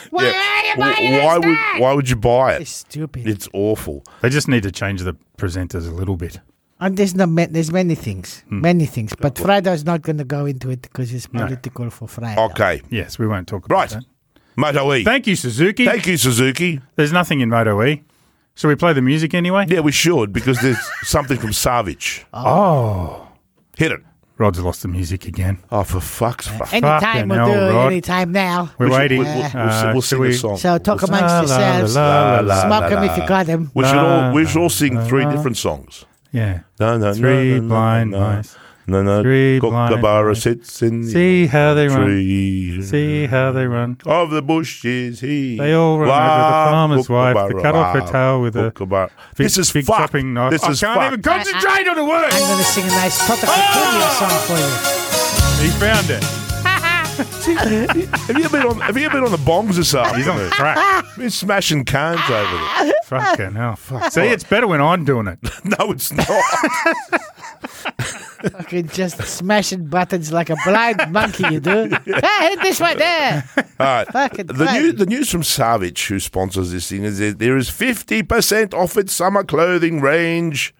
Why are you buying it
Why
on
would
Stan?
why would you buy it?
It's stupid.
It's awful.
They just need to change the presenters a little bit.
And there's not ma- there's many things,
Hmm.
many things. But Friday's not going to go into it because it's political for Friday.
Okay.
Yes, we won't talk about
Right.
that.
Moto E.
Thank you, Suzuki.
Thank you, Suzuki.
There's nothing in Moto E. Shall we play the music anyway?
Yeah, we should because there's something from Savage.
Oh.
Hit it.
Rod's lost the music again.
Oh, for fuck's sake.
Anytime
Fucking
we'll
hell,
do it.
Rod.
Anytime now.
We're waiting.
We'll, we'll, we'll,
Uh, shall
we'll sing a
we-
song.
So talk
We'll sing-
amongst
la, la,
yourselves.
la,
la,
Smoke
la,
'em
la.
if you got 'em.
We should all we should all sing three different songs.
Yeah.
No, no, no,
Three
no, no,
blind
no, no.
mice.
No, no.
Three blind
Kookaburra
mice.
sits in the
See how they run.
tree.
See how they run.
Of the bush is he.
They all run over the farmer's wife to cut off her
Kookaburra.
tail with a
Kookaburra.
big,
This is
big
fuck.
chopping knife.
This
I
is
can't
fuck.
even concentrate on the word.
I'm going to sing a nice Protocotulia
Ah!
song for you.
He found it.
have you been on? Have you been on the bongs this
He's on
afternoon?
crack.
been smashing cans over there.
Fucking hell. Fuck. See, it's better when I'm doing it.
No, it's not.
Fucking just smashing buttons like a blind monkey, you do. hey, hit this right there.
All right.
Fucking
The,
crazy.
new, the news from Savage, who sponsors this thing, is that there is 50% off its summer clothing range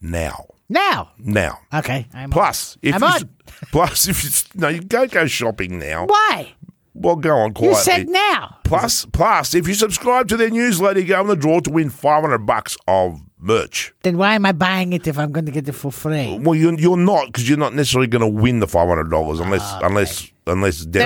now.
Now.
Now.
Okay. I'm
Plus, if
I'm
you,
on.
plus if you, no, you don't go shopping now.
Why?
Well, go on
You
quietly.
said now.
Plus, plus, if you subscribe to their newsletter, you go in the draw to win 500 bucks of merch.
Then why am I buying it if I'm going to get it for free?
Well, you're, you're not because you're not necessarily going to win the $500 unless unless unless
Ah, Then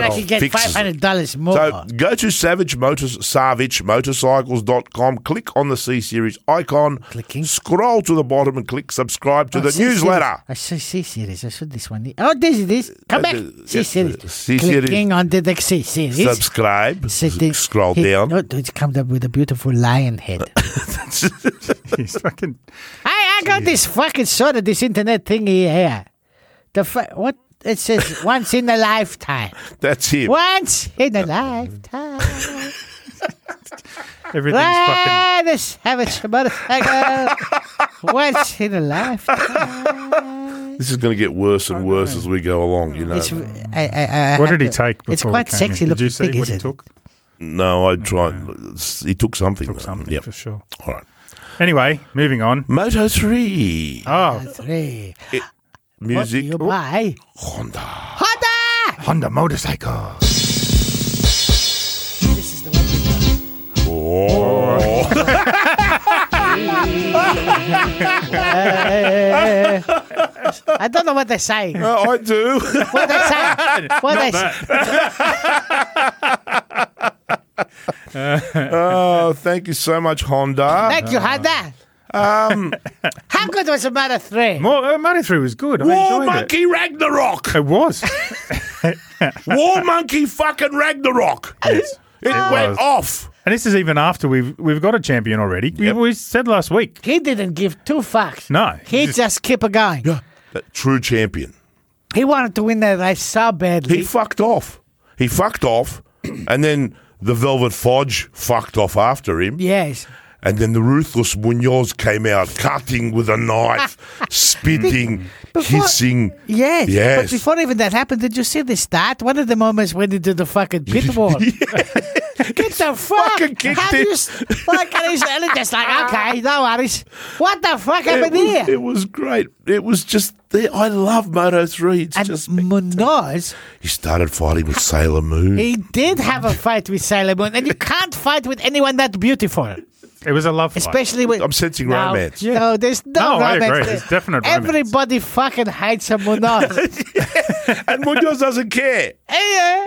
I
Daryl
can get
fixes
five
it.
hundred dollars more.
So go to Savage Motors, Savage Motorcycles.com, click on the C Series icon,
Clicking.
scroll to the bottom and click subscribe to
Oh,
the
C
newsletter.
Series. I saw C series. I saw this one. Oh, this is this. Come back.
uh,
C
yeah,
series.
C series.
Clicking on the next C series.
Subscribe,
Sitting-
scroll
he-
down.
No, it's come up with a beautiful lion head.
He's fucking.
I, I got this fucking sort of this internet thingy here. The fu- what it says once in a lifetime.
That's him.
Once in a lifetime.
Everything's fucking.
Ride a savage motorcycle. Once in a lifetime.
This is going to get worse and worse as we go along, you know.
Oh, It's, I, I, I
What
have
did he
to-
take before
It's quite
he came
sexy
in? Did
looking
you see
thing,
what he
isn't
took?
no, I tried. He took something.
Took
though.
something
Yep.
for sure.
All right.
Anyway, moving on.
Moto 3
Oh,
it? Three.
music
You buy
Honda.
Honda.
Honda motorcycle.
This is the one. we got.
Oh.
I don't know what they're saying.
I do.
What they say? What they say?
oh, thank you so much, Honda.
Thank you, Honda. Um, how good was the matter three?
More, uh, Moto 3 was good. I
War
enjoyed it.
Monkey Ragnarok.
It was.
War Monkey fucking Ragnarok. It went
was.
off.
and this is even after we've we've got a champion already.
Yep.
We, we said last week.
He didn't give two fucks.
No.
He just kept it going.
That true champion.
He wanted to win that race so badly.
He fucked off. He fucked off, and then the Velvet Fudge fucked off after him,
yes.
and then the ruthless Munoz came out, cutting with a knife, spitting,
Before-
hissing.
Yes.
Yes.
But before even that happened, did you see the start? One of the moments when he did the fucking pit wall. Get the fuck!
fucking kicked
How do
it.
you s- like, and he's and he's just like, okay, no worries. What the fuck
It
happened
was,
here?
it was great. It was just. the- I love Moto Three. It's
And
just.
Munoz,
He started fighting with Sailor Moon.
he did have a fight with Sailor Moon, and you can't fight with anyone that beautiful.
It was a love fight.
Especially with
I'm sensing
no,
romance.
No, there's
No,
no,
I
romance.
agree.
there.
There's definite romance.
Everybody fucking hates a Munoz.
And Munoz doesn't care.
Eh,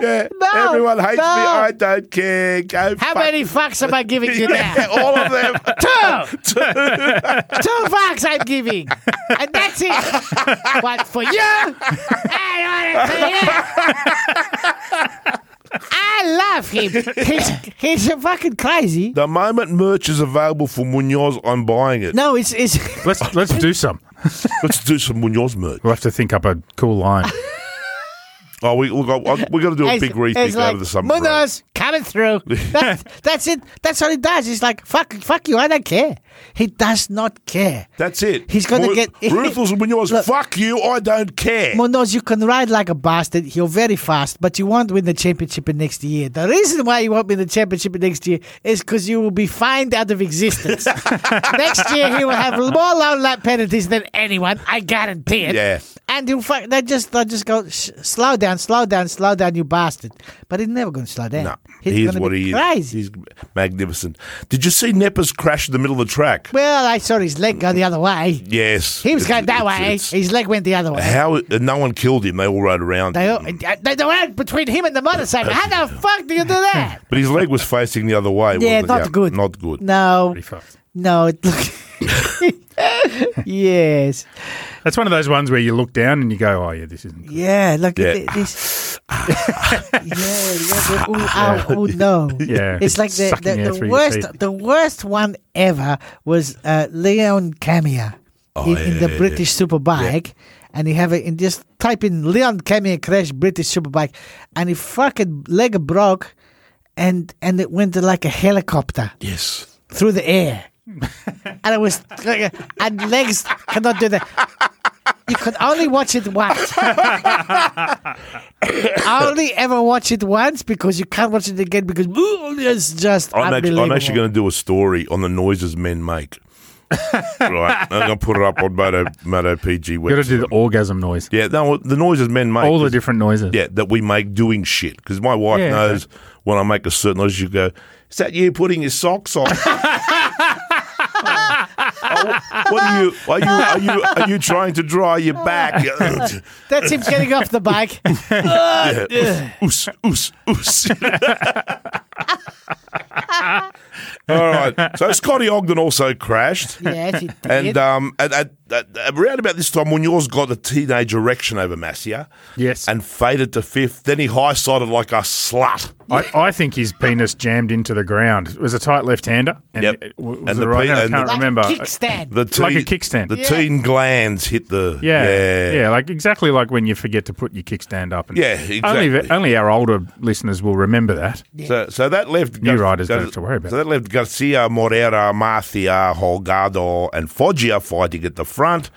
Yeah,
eh, no,
everyone hates
no.
me. I don't care. Go
How
fuck-
many fucks am I giving you
Yeah,
now?
all of them.
Two. Two fucks I'm giving, and that's it. One for you, and one for you. I love him. He's he's a fucking crazy.
the moment merch is available for Munoz, I'm buying it.
No, it's it's.
Let's let's do some.
Let's do some Munoz merch.
We'll have to think up a cool line.
Oh, we, we've got, we're going to do a
It's-
big rethink
it's like,
over the summer. break.
Munoz coming through. That's, that's it. That's all he does. He's like, fuck, fuck you. I don't care. He does not care.
That's it.
He's gonna
Mu-
get-
Ruthless Munoz.
Look.
fuck you. I don't care.
Munoz, you can ride like a bastard. You're very fast, but you won't win the championship in next year. The reason why you won't win the championship in next year is because you will be fined out of existence. next year, he will have more low lap penalties than anyone. I guarantee it.
Yeah.
And he'll fuck. They just they just go "Sh- slow down, slow down, slow down, you bastard. But he's never going to slow down.
no,
he's
he's
gonna
what
be
he is.
crazy.
He's magnificent. Did you see Neppers crash in the middle of the track?
Well, I saw his leg go the other way.
yes.
He was going
It's-
that
it's-
way.
it's-
His leg went the other way.
How and no one killed him. They all rode around.
They,
him.
all- they, they went between him and the motorcycle. How the fuck do you do that?
but his leg was facing the other way.
Yeah,
wasn't it?
not good.
Not good.
No,
Pretty fucked.
no. It look, yes.
That's one of those ones where you look down and you go, oh, yeah, this isn't good.
Yeah, look
Yeah.
at thi- this. yeah, yeah, the, ooh, ow, ooh, Oh, no.
Yeah.
It's like the,
Sucking air
the,
through
the
your
worst
teeth.
the worst one ever was uh, Leon Camier
Oh,
in, in the British Superbike. And you have it in just type in Leon Camier crash British Superbike and he fucking leg broke and and it went like a helicopter
Yes.
through the air. and it was like, and legs cannot do that. You could only watch it once. I only ever watch it once because you can't watch it again because ooh, it's just
I'm actually,
unbelievable.
I'm actually going to do a story on the noises men make. right, I'm going to put it up on Moto Moto PG
you got to
website.
do the orgasm noise.
Yeah, no, the noises men make.
All the
is-
different noises.
yeah, that we make doing shit. Because my wife
Yeah, okay.
knows when I make a certain noise, she go, "Is that you putting your socks on?" Oh, what are you? Are you? Are you? Are you trying to dry your back?
That's him getting off the bike.
oos, oos, oos. All right. So Scotty Ogden also crashed.
Yes, it did.
And um, at, at, at, around about this time, Munoz got a teenage erection over Massia.
Yes.
And faded to fifth. Then he high sided like a slut.
I, I think his penis jammed into the ground. It was a tight left hander. And
Yep.
it- was
And
it
the
right
pe-
hand? I
and
can't
the-
like
remember.
a kickstand.
The teen,
Like a kickstand.
The
Yeah.
teen glands hit the.
yeah,
Yeah.
like exactly like when you forget to put your kickstand up. And
Yeah,
Only,
exactly.
only our older listeners will remember that.
So, so that left
New
Gar-
riders
Gar-
don't have to worry about
So that left Garcia, Morera, Marcia, Holgado, and Foggia fighting at the front,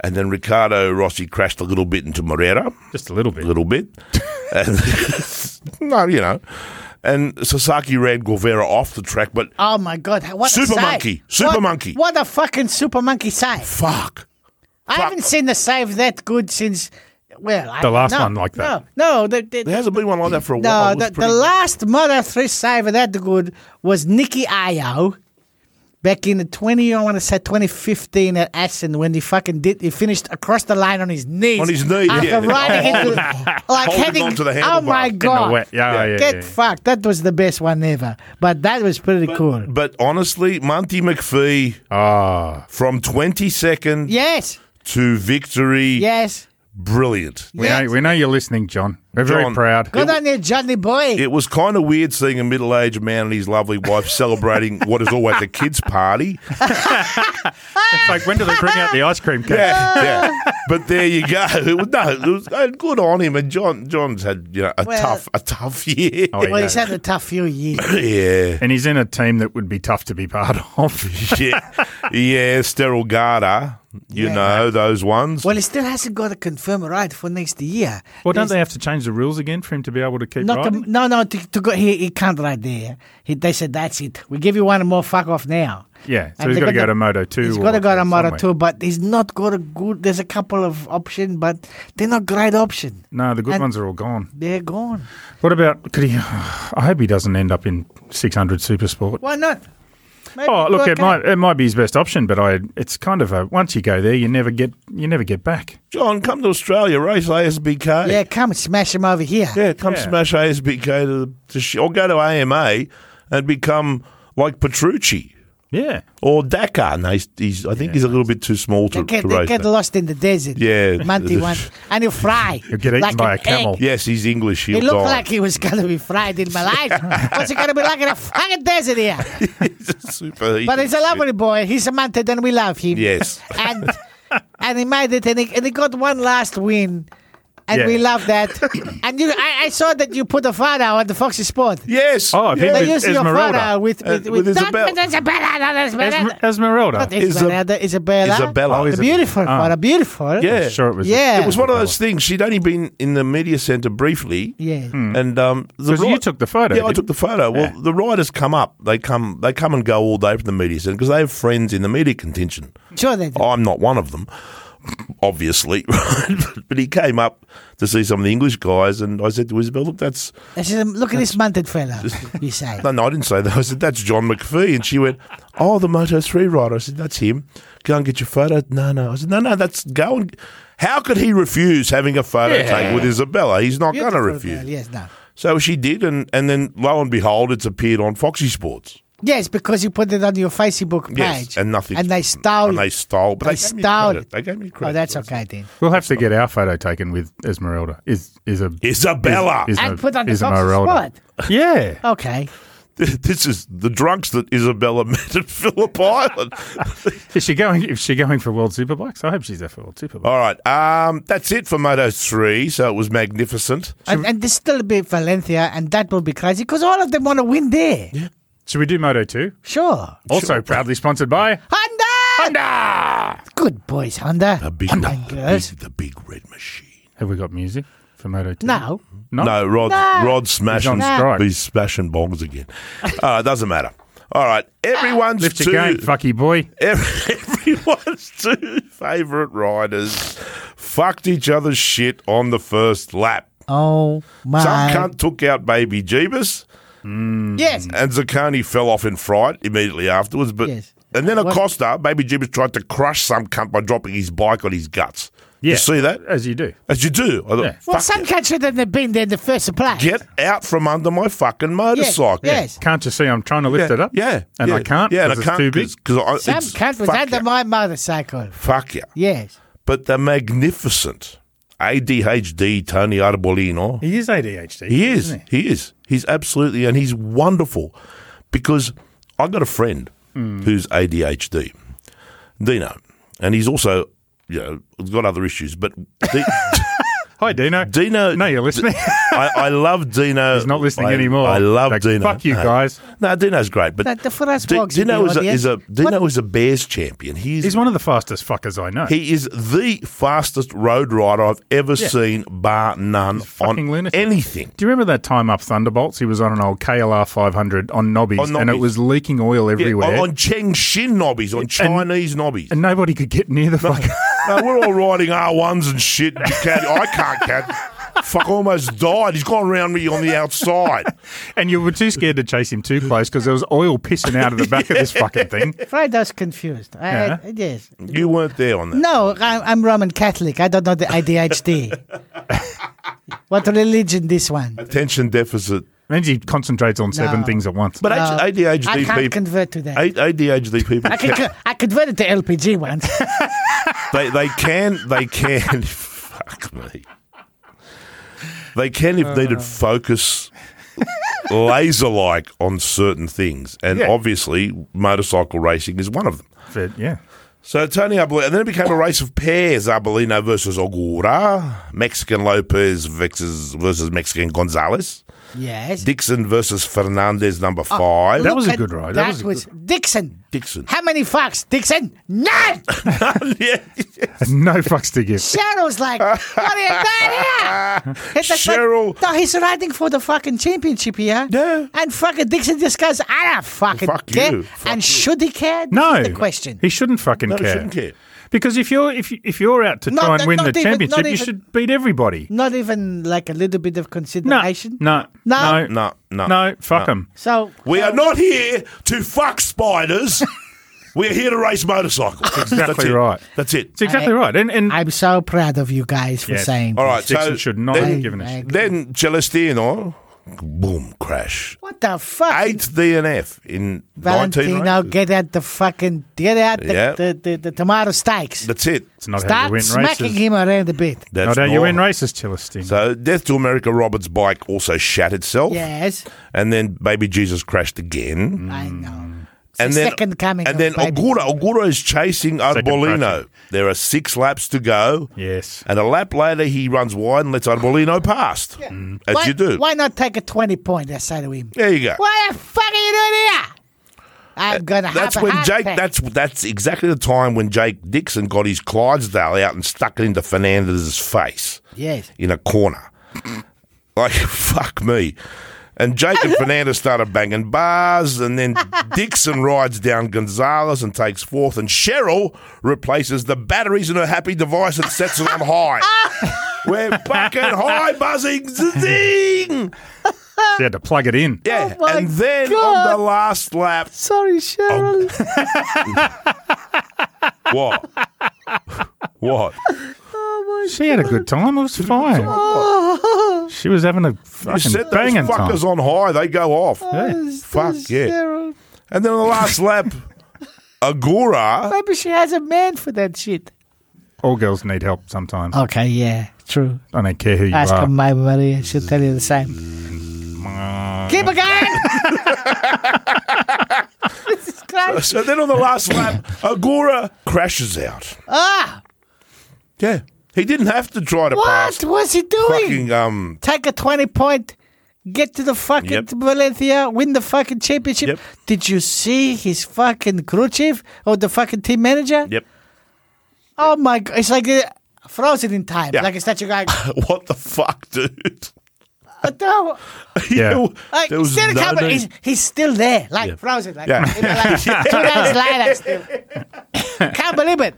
and then Ricardo Rossi crashed a little bit into Morera,
Just a little bit.
a little bit. and, no, you know, and Sasaki ran Guevara off the track, but
oh my god! What
Super
a save.
monkey. Super
What-
monkey.
What a fucking super monkey save!
fuck,
I haven't seen a save that good since. Well, I,
The last
no,
one like that.
No, no, the, the,
there hasn't been one like that for a while.
No,
It was
the, the
pretty-
last Mother 3 saver that good was Nicky Ayo back in the 20, I want to say 2015 at Aston when he fucking did, he finished across the line on his knees.
On his knees,
After
yeah.
riding into, like
Holding
heading,
onto the handlebar. In
oh my
the
In the
God.
wet. Yeah, yeah, yeah,
Get
yeah.
fucked. That was the best one ever. But that was pretty cool.
But honestly, Monty McPhee
Ah,
from twenty second
Yes.
to victory,
Yes.
brilliant.
we,
yes.
know, we know you're listening, John. We're
John.
very proud.
Good on you, Johnny boy.
It was kind of weird seeing a middle aged man and his lovely wife celebrating what is always a kids' party.
It's like, when do they bring out the ice cream cake?
Yeah, yeah. But there you go. It was, no, it was uh, good on him. And John, John's had you know a
Well-
tough, a tough year.
Oh,
well,
yeah.
he's had a tough few years.
yeah,
And he's in a team that would be tough to be part of.
yeah, yeah. Sterile Garda, you
Yeah.
know those ones.
Well, he still hasn't got a confirmed ride for next year.
well, don't
There's-
they have to change the rules again for him to be able to keep
Not
riding?
com- no, no, to, to go, he, he can't ride there. He, they said, that's it. We give you one more fuck off now.
yeah, so
And
he's
they
got to
got
go
the-
to Moto 2.
He's
or
got to go to Mara
somewhere.
2, but he's not got a good, there's a couple of options, but they're not great option.
No, the good
And-
ones are all gone.
They're gone.
What about, could he, I hope he doesn't end up in 600 Supersport.
Why not? Maybe
Oh, look,
work
it
out.
might it might be his best option, but I it's kind of a once you go there, you never get you never get back.
John, come to Australia, race ASBK.
Yeah, come smash him over here.
Yeah, come
Yeah.
smash ASBK to, the- to sh- or go to AMA and become like Petrucci.
Yeah,
Or Dakar. No, he's, he's, I think he's a little bit too small to,
They get,
to
they
race.
get
that.
lost in the desert.
Yeah.
Monty one. And he'll fry.
you get eaten
like
by a
an
camel.
egg.
Yes, he's English. He'll
He looked
die.
like he was going to be fried in my life. What's he going to be like in a fucking desert here?
he's a super.
But he's a lovely boy. He's a mountain and we love him.
Yes.
And and he made it and he, and he got one last win. And
Yeah.
we love that. and you I, I saw that you put a photo on the Foxy Sport.
Yes.
Oh, if he
They
With
used your
Esmeralda.
photo with with,
Uh, with
with
Isabel.
Not with Isabella, not Isabella.
Esmer- Esmeralda.
Not
Isa-
Isabella, Isabella.
Isabella.
Oh,
The
Isabel-
beautiful
Ah.
photo, beautiful.
Yeah.
I'm sure it was.
Yeah.
It was one of those things. She'd only been in the media centre briefly.
Yeah.
And um, the
Because Hmm. you took the photo,
Yeah, I
didn't
took the photo. Well, the riders come up. They come. They come and go all day from the media centre because they have friends in the media contingent.
Sure they do.
I'm not one of them, obviously. but he came up to see some of the English guys, and I said to Isabel, "Look, that's
I said, look at this mounted fella, you say.
No, no, I didn't say that. I said, that's John McPhee. And she went, oh, the Moto 3 rider. I said, that's him. Go and get your photo. No, no. I said, no, no, that's go and. How could he refuse having a photo take with Isabella? He's not going to
Beautiful
refuse.
girl, Yes, no.
So she did. And, and then lo and behold, it's appeared on Foxy Sports.
Yes, because you put it on your Facebook page.
Yes, and nothing.
And they stole.
And they stole. But they,
They
gave me
stole
credit.
it.
They gave me credit.
oh, that's
for it.
okay then.
We'll have to get our photo taken with Esmeralda. Is is a
Isabella.
Is, is
And
a-
put on the
is
Fox
Esmeralda.
spot.
Yeah.
Okay.
This is the drugs that Isabella met at Phillip Island.
Is she going? Is she going for World Superbikes? I hope she's there for World Superbikes.
All right. Um, that's it for Moto 3. So it was magnificent.
And, and there's still a bit Valencia, and that will be crazy because all of them want to win there.
Should we do Moto Two?
Sure.
Also proudly sponsored by
Honda!
Honda.
Good boys, Honda.
The big,
Honda.
the
girls.
big, the big red machine.
Have we got music for Moto Two?
No.
No.
No, Rod,
No.
Rod smashing,
He's on strike.
he's smashing bongs again. Uh, it doesn't matter. All right, everyone's
Lift
two,
your game, fucky boy.
ev- everyone's two favourite riders fucked each other's shit on the first lap.
Oh, my.
Some cunt took out baby Jeebus,
Yes.
and Zacconi fell off in fright immediately afterwards. But
Yes.
and then
What-
Acosta, baby Jeebus tried to crush some cunt by dropping his bike on his guts. You see that?
as you do.
As you do. I thought,
Yeah.
Well,
fuck
some
you.
cunts shouldn't have been there in the first supply.
Get out from under my fucking
Yes.
motorcycle.
yes.
Can't you see I'm trying to lift
yeah,
it up?
Yeah,
and
yeah,
I can't.
Yeah, and
'cause
I
it's
can't
too big.
because
Some cunt was under
yeah.
my motorcycle.
Fuck yeah!
Yes.
But the magnificent ADHD Tony Arbolino,
He is ADHD.
he is, he is, he's absolutely, and he's wonderful because I got a friend who's ADHD, Dino, and he's also, you know, got other issues, but. Di-
Hi, Dino.
Dino,
No, you're listening.
I, I love Dino.
He's not listening
I-
anymore.
I love
Like,
Dino.
fuck you
No.
guys.
No, Dino's great, but
The, the first
Di-
box.
Dino is
is
a, is a Dino is a Bears champion. He's,
He's one of the fastest fuckers I know.
he is the fastest road rider I've ever seen, bar none, on
fucking lunatic.
anything.
do you remember that time up Thunderbolts? He was on an old KLR 500 on knobbies,
On
and it
knobbies.
was leaking oil
Yeah,
everywhere,
on, on Cheng Shin nobbies, on Chinese nobbies.
and nobody could get near the fucker.
no, we're all riding R1s and shit. You can't, I can't, cat. Fuck, almost died. He's gone round me on the outside.
and you were too scared to chase him too close because there was oil pissing out of the back of this fucking thing.
Frida's confused. I,
Yeah.
Uh-huh.
I, yes.
You weren't there on that.
No, I, I'm Roman Catholic. I don't know the ADHD. what religion this one?
Attention deficit.
Means he concentrates on seven
No.
things at once.
But
No,
ADHD
I can't
people.
convert to that. I,
ADHD people
can,
can,
I converted to LPG once.
they they can they can fuck me. They can if
Uh.
needed focus laser like on certain things. And
Yeah.
obviously motorcycle racing is one of them.
But, yeah.
So Tony Arbolino, and then it became a race of pairs, Arbolino versus Ogura, Mexican Lopez versus versus Mexican Gonzalez,
yes.
Dixon versus Fernandez number five.
That
Look
was a
at-
good ride. That
That,
was a
was, Dixon.
Dixon.
How many fucks, Dixon? None.
yeah.
No fucks to give.
Cheryl's like, what are you doing here? It's like,
Cheryl.
no, he's riding for the fucking championship here.
Yeah.
And fucking Dixon just goes, I don't fucking
Fuck
care.
you. Fuck
and
you.
should he care? This
No,
is the question.
He shouldn't fucking
No,
care.
shouldn't care.
Because if you're if you, if you're out to
No,
try
no,
and win
not
the
even-
championship,
not
you
even-
should beat everybody.
Not even like a little bit of
No,
consideration.
no, no,
No.
No, no,
no, fuck them.
So
We are
so-
not here to fuck spiders. we are here to race motorcycles. That's
exactly
it.
right.
That's it.
It's exactly right. And and
I'm so proud of you guys for
Yes.
saying.
All right.
Dixon
So
should not
then-
have given a shit.
Then Celestino, boom, crash.
What the fuck?
Eighth DNF in
Valentino,
1990.
get out the fucking get out the,
Yeah.
the, the, the tomato steaks.
That's it.
It's not how you
Start
win
smacking
races.
him around a bit.
That's
Not how you
normal.
win races, Celestine.
So Death to America Roberts' bike also shat itself.
Yes,
And then Baby Jesus crashed again.
I know.
Mm. and
the second coming
And
of
then
Baby
Ogura. Ogura is chasing Arbolino.
crashing.
There are six laps to go.
yes.
And a lap later, he runs wide and lets Arbolino past. As
why,
you do.
Why not take a 20 point aside of him?
There you go.
What the fuck are you doing here? I'm going to
Uh, That's
have a
when
heart
Jake.
attack.
That's that's exactly the time when Jake Dixon got his Clydesdale out and stuck it into Fernandez's face
Yes.
in a corner. like fuck me. And Jake and Fernandez started banging bars, and then Dixon rides down Gonzalez and takes fourth, and Cheryl replaces the batteries in her happy device and sets it on high. We're fucking high buzzing zing.
She had to plug it in.
Yeah,
Oh my
and then on
God.
the last lap,
Sorry, Cheryl. Oh,
what? what?
She had a good time. It was fine.
Oh.
She was having a
You
fucking
said those
banging time.
fuckers on high, they go off.
Yeah.
Fuck yeah.
Cheryl.
And then on the last lap, Agura.
Maybe she has a man for that shit.
All girls need help sometimes.
Okay, yeah, true.
I don't care who you
Ask
are.
her, my Maria. She'll tell you the same. Keep it going! this is crazy.
So then on the last lap, Agura crashes out.
Ah,
Yeah. He didn't have to try to
what
pass.
was he doing?
Fucking um
Take a 20 point, get to the fucking
Yep.
Valencia, win the fucking championship.
Yep.
Did you see his fucking Khrushchev or the fucking team manager?
Yep.
Oh my god, it's like uh, frozen in time.
Yeah.
Like a statue going,
What the fuck, dude?
what the?
Yeah.
Like,
There was
still a
no
couple,
need.
he's, he's still there, like
Yeah.
frozen. Like,
Yeah.
you know, like, two days later, still. Can't believe it.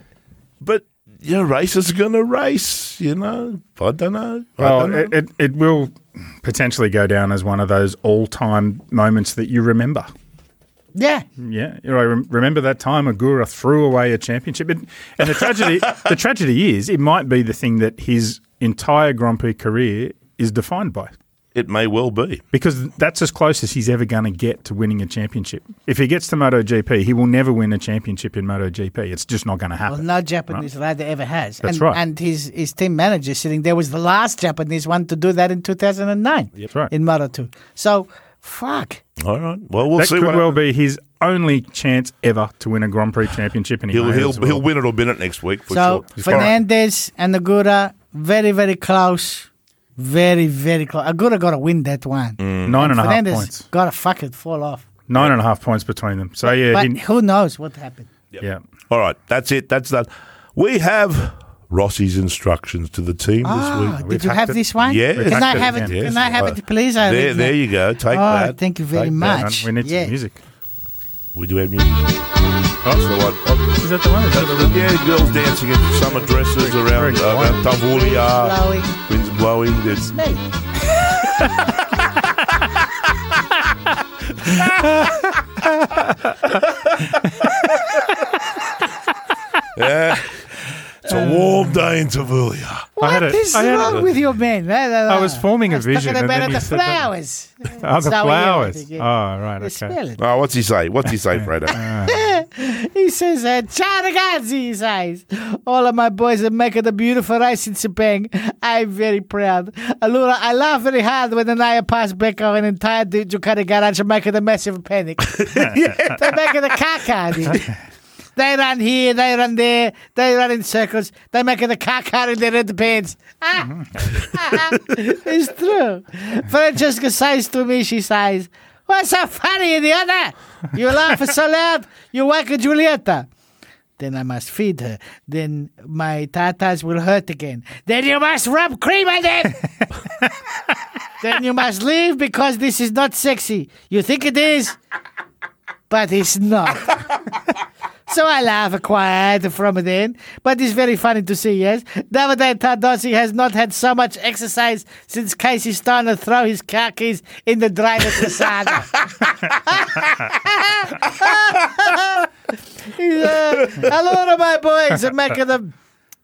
But your race is gonna race, you know. I don't know. I don't
Well,
know.
it, it, it will potentially go down as one of those all time moments that you remember.
Yeah.
Yeah, you know, I rem- remember that time Agura threw away a championship, and, and the tragedy the tragedy is it might be the thing that his entire Grand Prix career is defined by,
it may well be.
because that's as close as he's ever going to get to winning a championship. If he gets to MotoGP, he will never win a championship in MotoGP. It's just not going to
Well,
happen.
no Japanese rider ever has.
That's
and,
right.
And his, his team manager sitting there was the last Japanese one to do that in 2009
That's right.
in Moto 2. So, fuck.
All right. Well, we'll
that
see.
could
what
well be his only chance ever to win a Grand Prix championship, and he
he'll
may
he'll
as well.
he'll win it or bin it next week for
so,
sure.
Fernandez and Agura, very, very close. Very, very close. Agura got to win that one.
nine Mm. and a half
Fernandez
points.
got to fucking fall off.
Nine and a half points between them. So yeah,
But
he-
who knows what happened?
yeah.
All right. That's it. That's that. We have Rossi's instructions to the team
Ah,
this week.
we've
did you have
hacked it.
this one?
Yes. We've
Can I
hacked it
have it?
again.
Yes.
Can I have
Uh,
it, please? I
There,
read
there
that.
you go. Take
Oh,
that.
thank you very
Take that.
Hang on,
much.
We need
Yeah.
some music.
We do have music. Oh, so what? Oh,
Is that the one? Is that the one?
yeah, girls dancing at summer dresses
Very
around, around Tavulia.
Blowing.
Winds blowing. There's
Smell.
It's a warm day in Tavulia.
I had
What
a-
is
I had a-
wrong with your man?
I was forming a vision, and
Talking about
then you
the
said that.
flowers.
Oh, the
So we-
flowers. Oh,
yeah.
right.
They smell
Okay.
it.
Oh, what's he say? What's he say, Fredo?
He says, uh, Ciao ragazzi, he says. All of my boys are making a beautiful race in Sepang. I'm very proud. Allura, I laugh very hard when Anaya passed back on an entire Du- Ducati garage and making a massive panic. They're making a caca. They run here, they run there, they run in circles, they make it a car car in their red pants. Ah. it's true. Francesca says to me, she says, What's so funny, idiota? You laugh so loud, you wake a Julieta. Then I must feed her. Then my tatas will hurt again. Then you must rub cream on them. then you must leave because this is not sexy. You think it is, but it's not. So I laugh quiet from within, but it's very funny to see, yes? Davide Tardozzi has not had so much exercise since Casey Stoner threw his car keys in the driver's Casada. He's, uh, a lot of my boys are making a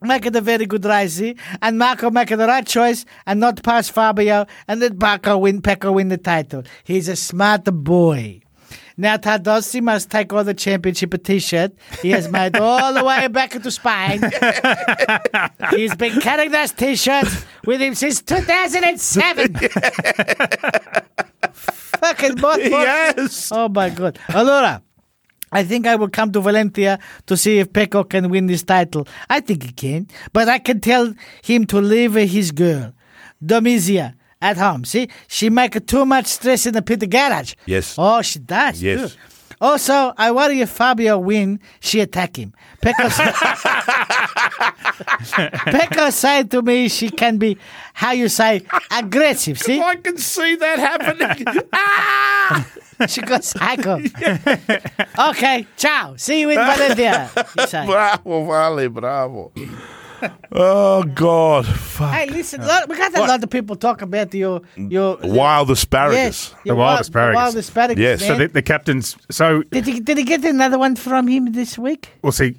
making a very good race, see? and Marco making the right choice and not pass Fabio, and let Paco win. Pecco win the title. He's a smart boy. Now Tadossi must take all the championship T-shirt he has made all the way back into Spain. He's been carrying those T-shirts with him since 2007. Fucking bot.
yes.
Oh my god. Allora, I think I will come to Valencia to see if Pecco can win this title. I think he can, but I can tell him to leave his girl, Domizia, at home. See, she make too much stress in the pit garage.
Yes.
Oh, she does.
Yes.
too. Also, I worry if Fabio win, she attack him. Pecco, Pecco said to me she can be, how you say, aggressive. See,
I can see that happening. Ah!
She got psycho. okay, ciao. See you in Valencia. he said.
bravo, Vale, bravo. Oh, God. Fuck.
Hey, listen, lot, we got a lot of people talk about your your
Wild asparagus.
yes, your
wild
wild
asparagus.
Wild asparagus.
Yes.
So
man.
the, the captain's. So
did he did he get another one from him this week?
we'll see.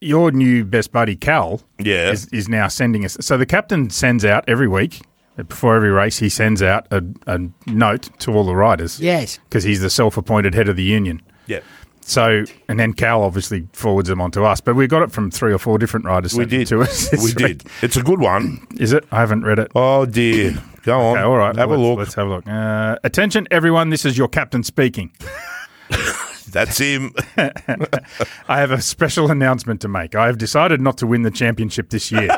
Your new best buddy Cal,
Yeah.
is, is now sending us. So the captain sends out every week before every race. He sends out a, a note to all the riders.
Yes.
because he's the self-appointed head of the union.
Yeah.
So, and then Cal obviously forwards them on to us, but we got it from three or four different writers.
We
sent it
did.
to us. this
we
week.
did. It's a good one.
Is it? I haven't read it.
Oh dear. Go on.
Okay, all right.
Have
let's,
a look.
Let's have a look. Uh, attention, everyone. This is your captain speaking.
That's him.
I have a special announcement to make. I have decided not to win the championship this year.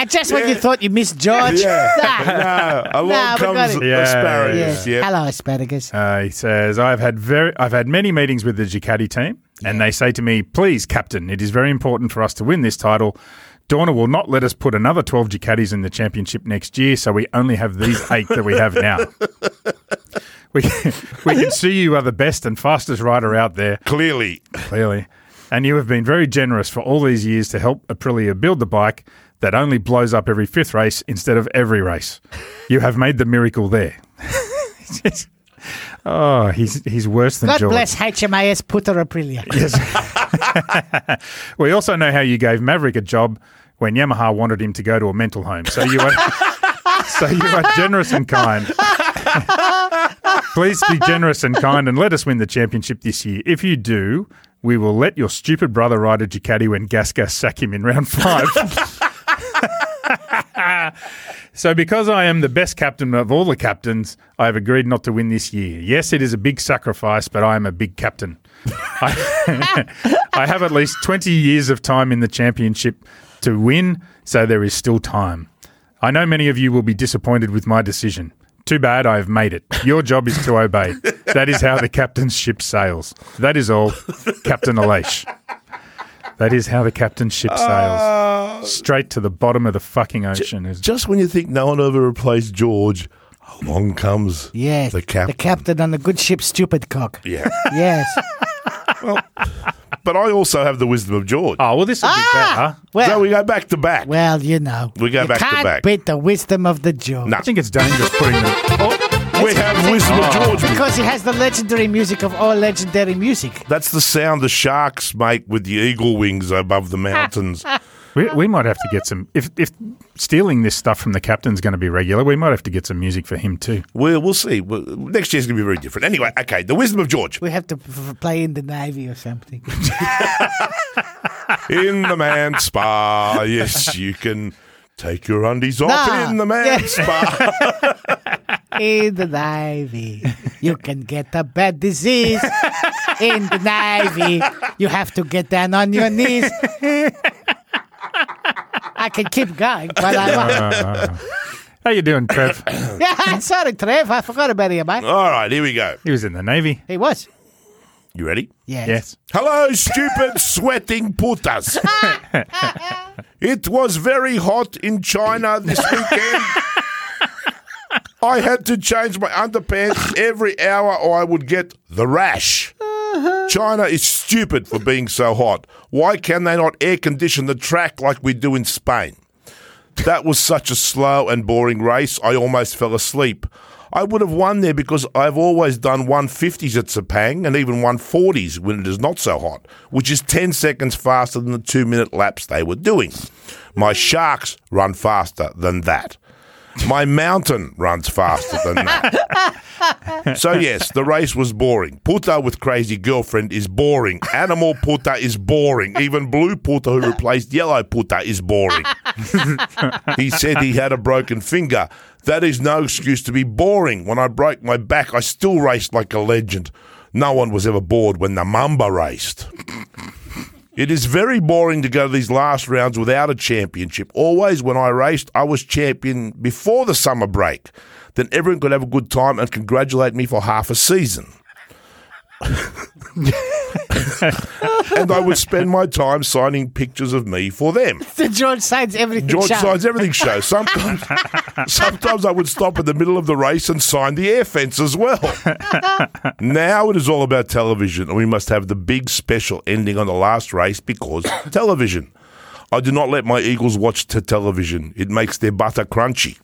I just when you thought you missed George. Nah.
no, along
Nah, we got
comes
it.
Yeah,
asparagus. Yeah.
Hello, asparagus.
Uh, he says, I've had very, I've had many meetings with the Ducati team, and they say to me, please, captain, it is very important for us to win this title. Dorna will not let us put another 12 Ducatis in the championship next year, so we only have these eight that we have now. We, we can see you are the best and fastest rider out there,
Clearly.
clearly, and you have been very generous for all these years to help Aprilia build the bike that only blows up every fifth race instead of every race. You have made the miracle there. It's just- oh, he's he's worse than
God
George.
bless HMAS Putter Aprilia.
We also know how you gave Maverick a job when Yamaha wanted him to go to a mental home. So you are, so you are generous and kind. Please be generous and kind and let us win the championship this year. If you do, we will let your stupid brother ride a Ducati when Gasgas sack him in round five. So, because I am the best captain of all the captains, I have agreed not to win this year. Yes, it is a big sacrifice, but I am a big captain. I, I have at least 20 years of time in the championship to win, so there is still time. I know many of you will be disappointed with my decision. Too bad I have made it. Your job is to obey. That is how the captain's ship sails. That is all, Captain Alash. That is how the captain's ship sails.
Uh,
Straight to the bottom of the fucking ocean. is
just when you think no one ever replaced George, along comes
Yes.
the captain.
The captain on the good ship, Stupid Cock.
yeah.
Yes.
But I also have the wisdom of George.
Oh well, this would be
ah!
better.
Well,
so we go back to back.
well, you know.
We go
you
back to
can't
back.
beat the wisdom of the George.
No.
I think it's dangerous putting the.
Oh, we have wisdom of George.
Oh. Because he has the legendary music of all legendary music.
That's the sound the sharks make with the eagle wings above the mountains.
We, we might have to get some. If if stealing this stuff from the captain's going to be regular, we might have to get some music for him too.
we'll, we'll see. Well, next year's going to be very different. Anyway, okay, the wisdom of George.
We have to f- f- play in the Navy or something.
In the man spa. Yes, you can take your undies off
Nah.
in the man
Yeah.
spa.
in the Navy, you can get a bad disease. In the Navy, you have to get down on your knees. I can keep going, but I
Ah, How you doing, Trev?
won't. Yeah, sorry, Trev. I forgot about him, mate.
All right, here we go.
he was in the navy.
He was.
You ready?
Yes.
Yes.
Hello, stupid sweating putas. it was very hot in China this weekend. I had to change my underpants every hour or I would get the rash. China is stupid for being so hot. Why can they not air condition the track like we do in Spain? That was such a slow and boring race, I almost fell asleep. I would have won there because I've always done 150s at Sepang and even 140s when it is not so hot, which is 10 seconds faster than the two minute laps they were doing. My sharks run faster than that. My mountain runs faster than that. so, yes, the race was boring. Puta with crazy girlfriend is boring. Animal puta is boring. Even blue puta who replaced yellow puta is boring. He said he had a broken finger. That is no excuse to be boring. When I broke my back, I still raced like a legend. No one was ever bored when the Mamba raced. It is very boring to go to these last rounds without a championship. Always when I raced, I was champion before the summer break. Then everyone could have a good time and congratulate me for half a season. and I would spend my time signing pictures of me for them.
The George signs everything.
George
Charles.
signs everything show. Sometimes, sometimes I would stop in the middle of the race and sign the air fence as well. now it is all about television, and we must have the big special ending on the last race because television. I do not let my eagles watch t- television. It makes their butter crunchy.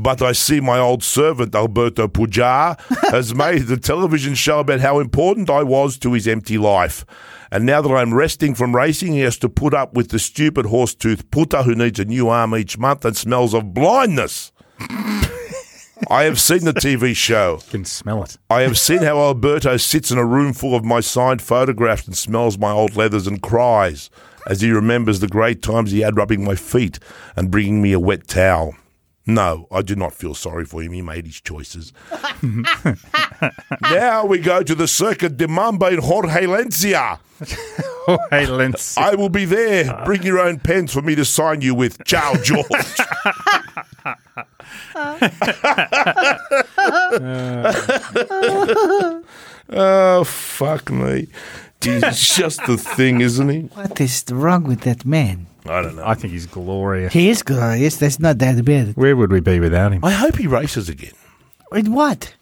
But I see my old servant Alberto Pujar has made the television show about how important I was to his empty life. And now that I'm resting from racing, he has to put up with the stupid horse tooth putter who needs a new arm each month and smells of blindness. I have seen the TV show.
can smell it.
I have seen how Alberto sits in a room full of my signed photographs and smells my old leathers and cries as he remembers the great times he had rubbing my feet and bringing me a wet towel. No, I do not feel sorry for him. He made his choices. now we go to the Circuit de Mamba in Jorge Lencia.
Oh, hey, Lentz.
I will be there. Bring your own pens for me to sign you with. Ciao, George. oh, fuck me. He's just the thing, isn't he?
What is wrong with that man?
I don't know.
I think he's glorious.
He is glorious. That's not that bad.
Where would we be without him?
I hope he races again.
In what?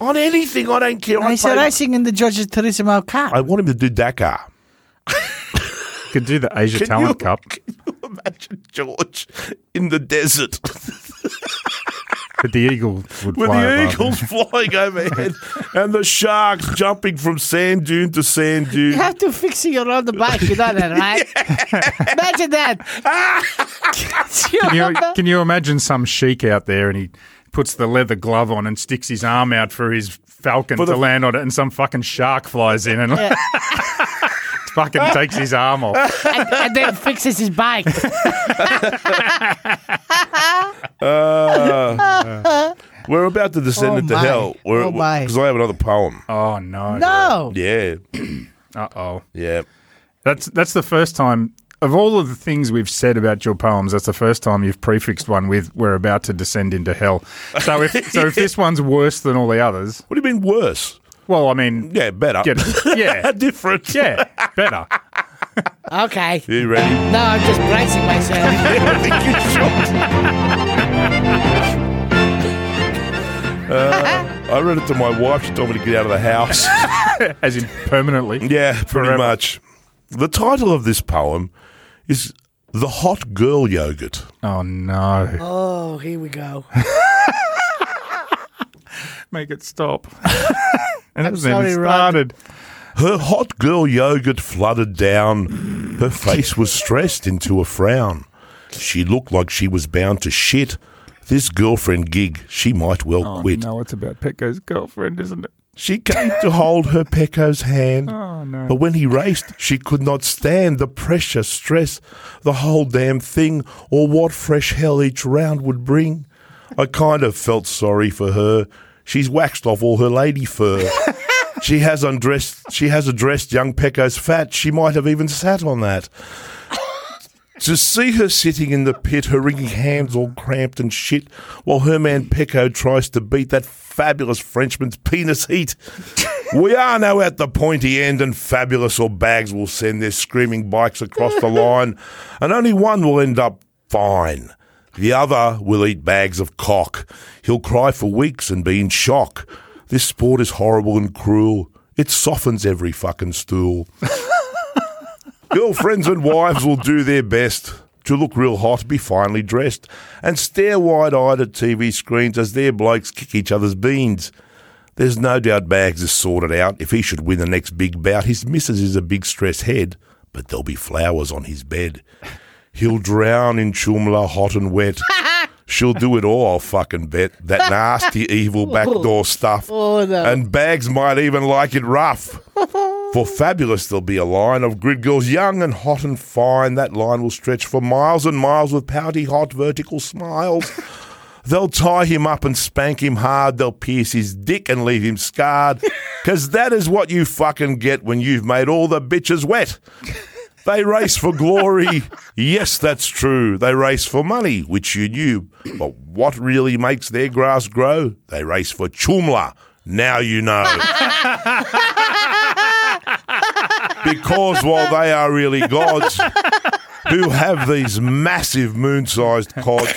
On anything, I don't care.
I
I,
said
play-
racing in the Georgia Turismo Cup.
I want him to do Dakar.
Could do the Asia
Can
Talent
you,
Cup.
Can you imagine George in the desert
But the eagle would
with
fly
the
above
eagles flying overhead and the sharks jumping from sand dune to sand dune?
You have to fix your own bike, you know that, right? Imagine that. You
Can you,
remember?
can you imagine some sheik out there and he puts the leather glove on and sticks his arm out for his falcon
For the-
to land on it and some fucking shark flies in and
Yeah.
fucking takes his arm off.
and, and then fixes his bike.
Uh, We're about to descend
Oh
into
my.
hell.
Oh my.
Because I have another poem.
Oh no.
No.
Yeah.
Uh oh.
Yeah.
That's that's the first time of all of the things we've said about your poems, that's the first time you've prefixed one with we're about to descend into hell. So if so if this one's worse than all the others,
What do you mean worse?
well I mean
Yeah, better.
Get it. Yeah.
Different.
yeah, better.
Okay.
You ready?
No, I'm just bracing myself.
I think you should. Uh, I read it to my wife. She told me to get out of the house.
As in permanently.
Yeah, pretty
Forever.
much. The title of this poem is The Hot Girl Yogurt.
Oh no.
Oh, here we go.
Make it stop. and it hasn't
sorry,
even
Rod.
started.
Her hot girl yogurt flooded down. Her face was stressed into a frown. She looked like she was bound to shit. This girlfriend gig, she might well quit.
No, it's about Pecco's girlfriend, isn't it?
She came to hold her Pecco's hand.
Oh no.
But when he raced, she could not stand the pressure, stress, the whole damn thing, or what fresh hell each round would bring. I kind of felt sorry for her. She's waxed off all her lady fur. she has undressed. She has addressed young Pecco's fat. She might have even sat on that. To see her sitting in the pit, her wringing hands all cramped and shit, while her man Pecco tries to beat that fabulous Frenchman's penis heat. we are now at the pointy end, and Fabulous or Bags will send their screaming bikes across the line, and only one will end up fine. The other will eat bags of cock. He'll cry for weeks and be in shock. This sport is horrible and cruel. It softens every fucking stool. Girlfriends and wives will do their best to look real hot, be finely dressed, and stare wide eyed at TV screens as their blokes kick each other's beans. There's no doubt Bags is sorted out. If he should win the next big bout, his missus is a big stress head, but there'll be flowers on his bed. He'll drown in chumla, hot and wet. She'll do it all, I'll fucking bet. That nasty, evil backdoor stuff.
Oh, no.
And Bags might even like it rough. For fabulous, there'll be a line of grid girls, young and hot and fine. That line will stretch for miles and miles with pouty, hot, vertical smiles. They'll tie him up and spank him hard. They'll pierce his dick and leave him scarred. Because that is what you fucking get when you've made all the bitches wet. They race for glory. yes, that's true. They race for money, which you knew. But what really makes their grass grow? They race for chumla. Now you know. because while they are really gods who have these massive moon sized cods,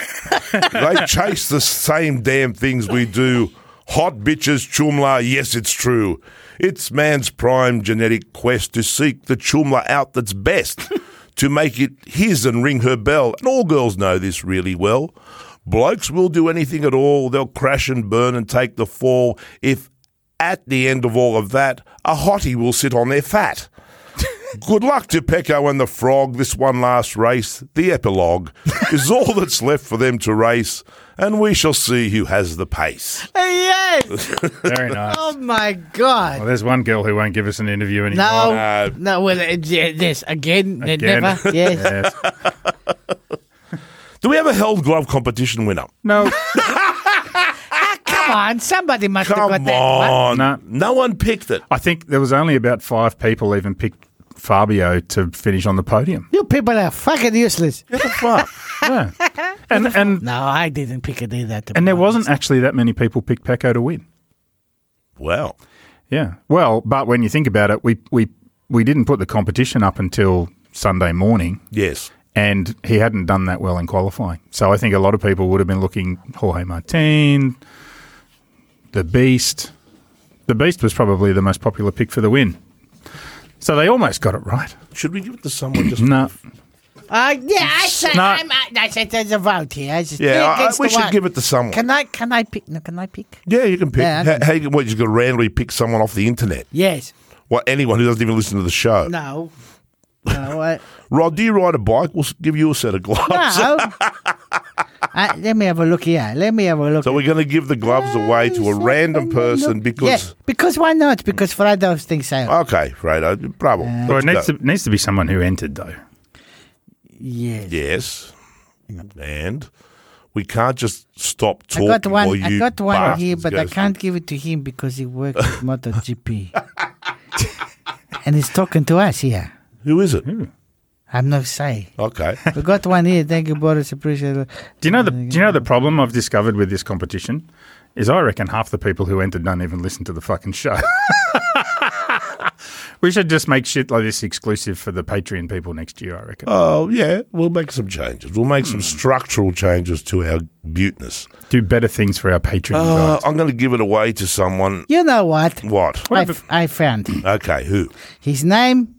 they chase the same damn things we do. Hot bitches, chumla, yes, it's true. It's man's prime genetic quest to seek the chumla out that's best, to make it his and ring her bell. And all girls know this really well. Blokes will do anything at all. They'll crash and burn and take the fall if, at the end of all of that, a hottie will sit on their fat. Good luck to Pecco and the Frog. This one last race, the epilogue, is all that's left for them to race, and we shall see who has the pace.
Yes.
Very nice.
Oh my God.
Well, there's one girl who won't give us an interview anymore.
No,
No.
no, Well, uh, yeah, this again, uh,
Again.
never. Yes.
Yes.
Do we have a held glove competition winner?
No.
Come on, somebody must have got
Come
that one.
on.
No.
No one picked it.
I think there was only about five people even picked Fabio to finish on the podium.
You people are fucking useless.
Fuck. Yeah. And and
No, I didn't pick it either. to be
and there
honest.
wasn't actually that many people picked Pecco to win.
Well,
Yeah. Well, but when you think about it, we we we didn't put the competition up until Sunday morning,
yes.
and he hadn't done that well in qualifying. So I think a lot of people would have been looking Jorge Martin, the Beast. The Beast was probably the most popular pick for the win. So they almost got it right.
Should we give it to someone just
No.
Uh, yeah, I say
No.
I'm, I, I said there's a vote here. I said,
Yeah,
three
I,
against
we
the
should
one.
give it to someone.
Can I? Can I pick? No, can I pick?
yeah, you can pick.
Yeah, I
how, how you, what, you just got to randomly pick someone off the internet?
Yes.
What, anyone who doesn't even listen to the show?
No. No. I,
Rod, do you ride a bike? We'll s- give you a set of gloves.
no. Uh, let me have a look here. Let me have a look.
So we're going to give the gloves away to a random person
yes,
because.
because why not? Because Fredo's things say
Okay, Fredo, bravo.
Well, it needs
Let's go.
to, needs to be someone who entered, though.
yes.
Yes. And we can't just stop
I
talking.
got
while
one.
you
I got one here,
bastards
but
go
I can't give it to him because he works at MotoGP, and he's talking to us here.
Who is it?
Hmm.
I'm not saying.
Okay.
We got one here. Thank you, Boris. Appreciate it.
Do you know the Do you know the problem I've discovered with this competition is I reckon half the people who entered don't even listen to the fucking show. we should just make shit like this exclusive for the Patreon people next year. I reckon.
Oh, yeah. We'll make some changes. We'll make some
Hmm.
structural changes to our buteness.
Do better things for our Patreon
Uh,
guys.
I'm going to give it away to someone.
You know what?
What?
I, f- I found him.
Okay, who?
His name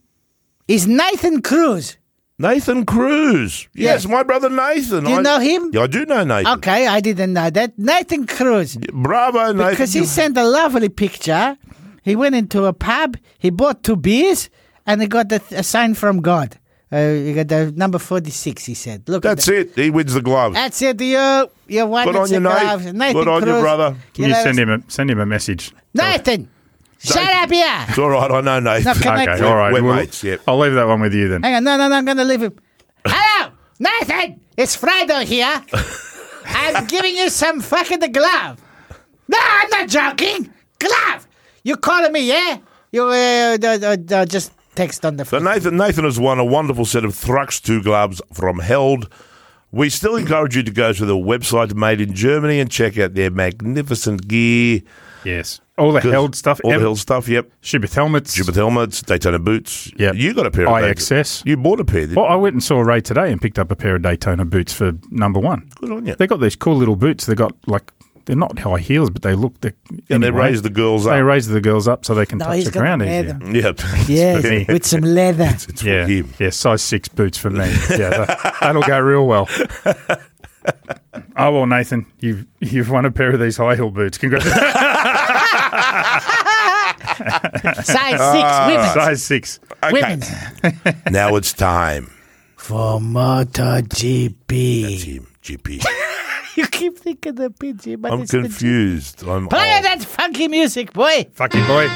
is Nathan Cruz.
Nathan Cruz. Yes, my brother Nathan.
Do you
I,
know him?
Yeah, I do know Nathan.
Okay, I didn't know that. Nathan Cruz.
Bravo, Nathan.
Because he sent a lovely picture. He went into a pub, he bought two beers, and he got a, a sign from God. Uh, he got the number 46, he said. Look at
That's it. He wins the gloves.
That's it, you. You won.
Put on
it's a
your knife.
glove. Nathan
Put on
Cruz.
your brother.
Can you
know,
send him a send him a message?
Nathan, shut up here.
It's all right. I know Nathan.
No, can I-
Okay,
We're-
all right.
we're
well,
mates, yep.
I'll leave that one with you then.
Hang on, no, no, no, I'm going to leave him. Hello, Nathan, it's Fredo here. I'm giving you some fucking glove. No, I'm not joking. Glove. You calling me, yeah? You uh, d- d- d- just text on the
So
phone.
Nathan, Nathan has won a wonderful set of Thrux two gloves from Held. We still encourage you to go to the website made in Germany and check out their magnificent gear.
Yes, all the held stuff.
All the
em-
Held stuff, yep.
Shibboleth helmets.
Jupiter helmets, Daytona boots.
Yep.
You got a pair of those.
IXS.
You bought a pair. didn't
Well, I went and saw Ray today and picked up a pair of Daytona boots for number one.
you? Good on you.
They got these cool little boots. They got like they're not high heels, but they look. They,
and they raised the girls
They
up.
raise the girls up so they can touch
he's
the
gonna
ground
wear
easier.
them.
Yep.
me.
Yes, with some leather.
it's
Yeah,
for him.
yeah, size six boots for me. Yeah, that, that'll go real well. Oh well, Nathan, you've you've won a pair of these high heel boots. Congratulations,
Size six women.
size six.
Ah,
Women.
Now it's time.
For MotoGP.
Team GP.
You keep thinking the PG, but
I'm
it's the G.
confused. I'm
Play
old.
that funky music, boy.
Fuck you, boy.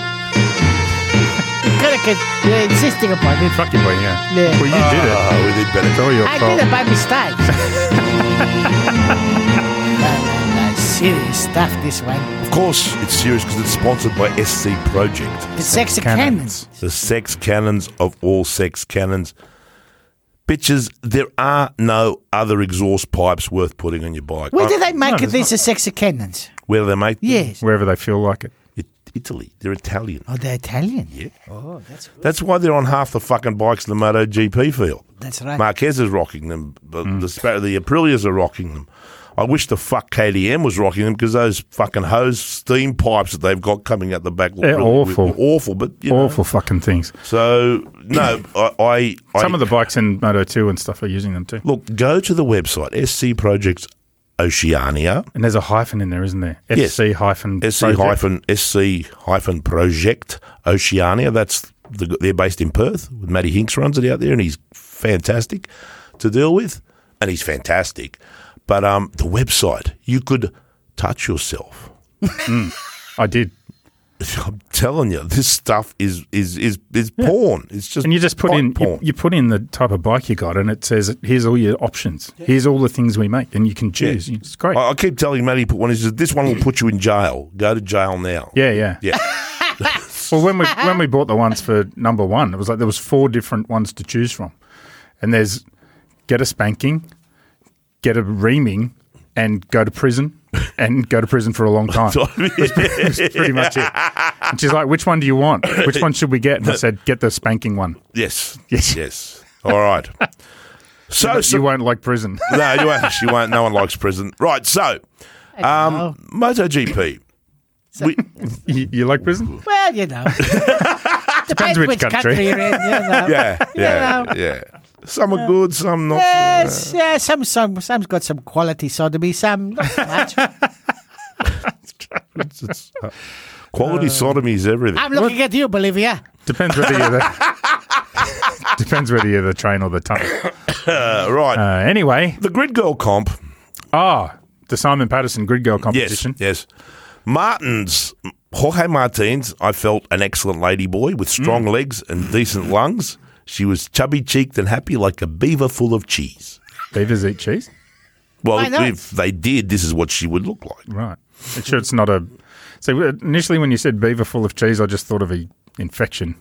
Gotta get, you're insisting upon it.
Fuck you, boy. Yeah.
Yeah. Uh,
Well, you did it.
Oh, we did
It's
better.
all your
I
fault.
did it by mistake. No, no, no, serious stuff, this one.
Of course, it's serious because it's sponsored by SC Project.
The sexy
Cannons.
cannons.
the sex cannons of all sex cannons. Bitches, there are no other exhaust pipes worth putting on your bike.
Where
I-
do they make
there's
these sexy cannons?
Where do they make them?
Yes.
Wherever they feel like it.
It, Italy. They're Italian.
Oh, they're Italian.
Yeah.
Oh, that's
That's why they're on half the fucking bikes in the MotoGP field.
that's right.
Marquez is rocking them. The,
Mm.
the, Spa- the Aprilias are rocking them. I wish the fuck KDM was rocking them because those fucking hose steam pipes that they've got coming out the back
They're awful.
awful, but you know.
Awful fucking things.
So no, I, I I-
Some of the bikes in Moto 2 and stuff are using them too.
Look, go to the website, SC Projects Oceania,
And there's a hyphen in there, isn't there?
Yes.
SC hyphen.
SC
project.
hyphen, SC hyphen Project Oceania. That's The, they're based in Perth. Matty Hinks runs it out there, and he's fantastic to deal with, and he's fantastic. But um, the website, you could touch yourself.
I did.
I'm telling you, this stuff is is is is porn. It's just
And you just put
hot
in you,
porn.
you put in the type of bike you got, and it says here's all your options. Here's all the things we make, and you can choose. It's great.
I, I keep telling Matty, put one. He says this one will put you in jail. Go to jail now.
yeah, yeah,
Yeah.
Well, when we when we bought the ones for number one, it was like there was four different ones to choose from, and there's get a spanking, get a reaming, and go to prison, and go to prison for a long time. That's pretty much it. And she's like, "Which one do you want? Which one should we get?" And I said, "Get the spanking one.
yes.
Yes.
Yes. All right. So, Oh, so
You won't like prison."
no, you won't. You won't. No one likes prison. Right. So, um, MotoGP. We,
you, you like prison?
Well, you know. Depends
which
which country.
country.
you're in, you know.
yeah, yeah, yeah. Some are good, some not.
Yes, yeah, some, some, some's got some quality sodomy, some not so much.
It's- it's, uh, quality sodomy is everything.
I'm looking at you, Bolivia.
Depends whether you're the depends whether you're the train or the tunnel.
Uh, right.
Uh, anyway,
the Grid Girl comp.
ah, the Simon Patterson Grid Girl
Yes,
competition.
yes. Martins, Jorge Martins, I felt an excellent lady boy with strong legs and decent lungs. She was chubby cheeked and happy like a beaver full of cheese.
Beavers eat cheese,
Well,
Why not?
if they did, this is what she would look like.
right? It sure it's not a. So initially, when you said beaver full of cheese, I just thought of a infection.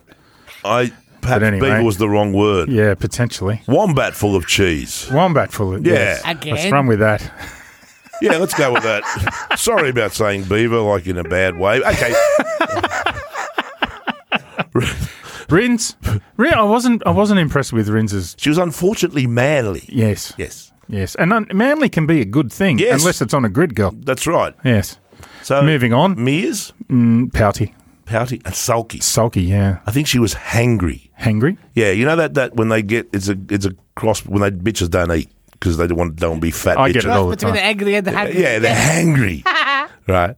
I perhaps
anyway.
beaver was the wrong word.
Yeah, potentially
Wombat full of cheese.
wombat full of.
Yeah.
yes. Let's
Again.
run with that.
Yeah, let's go with that. Sorry about saying beaver like in a bad way. Okay.
Rins, Rin, I wasn't. I wasn't impressed with Rins's.
She was unfortunately manly.
Yes.
Yes.
Yes. And un- manly can be a good thing,
Yes. Uh,
unless it's on a grid girl.
That's right.
Yes.
So
Moving on.
Mears,
Mm, pouty,
pouty, and sulky.
sulky. Yeah.
I think she was hangry.
Hangry.
Yeah, you know that that when they get it's a it's a cross when they bitches don't eat because they don't want don't be fat.
I
bitches.
get it all the
Between
time.
the angry and the happy.
Yeah, they're hangry, right?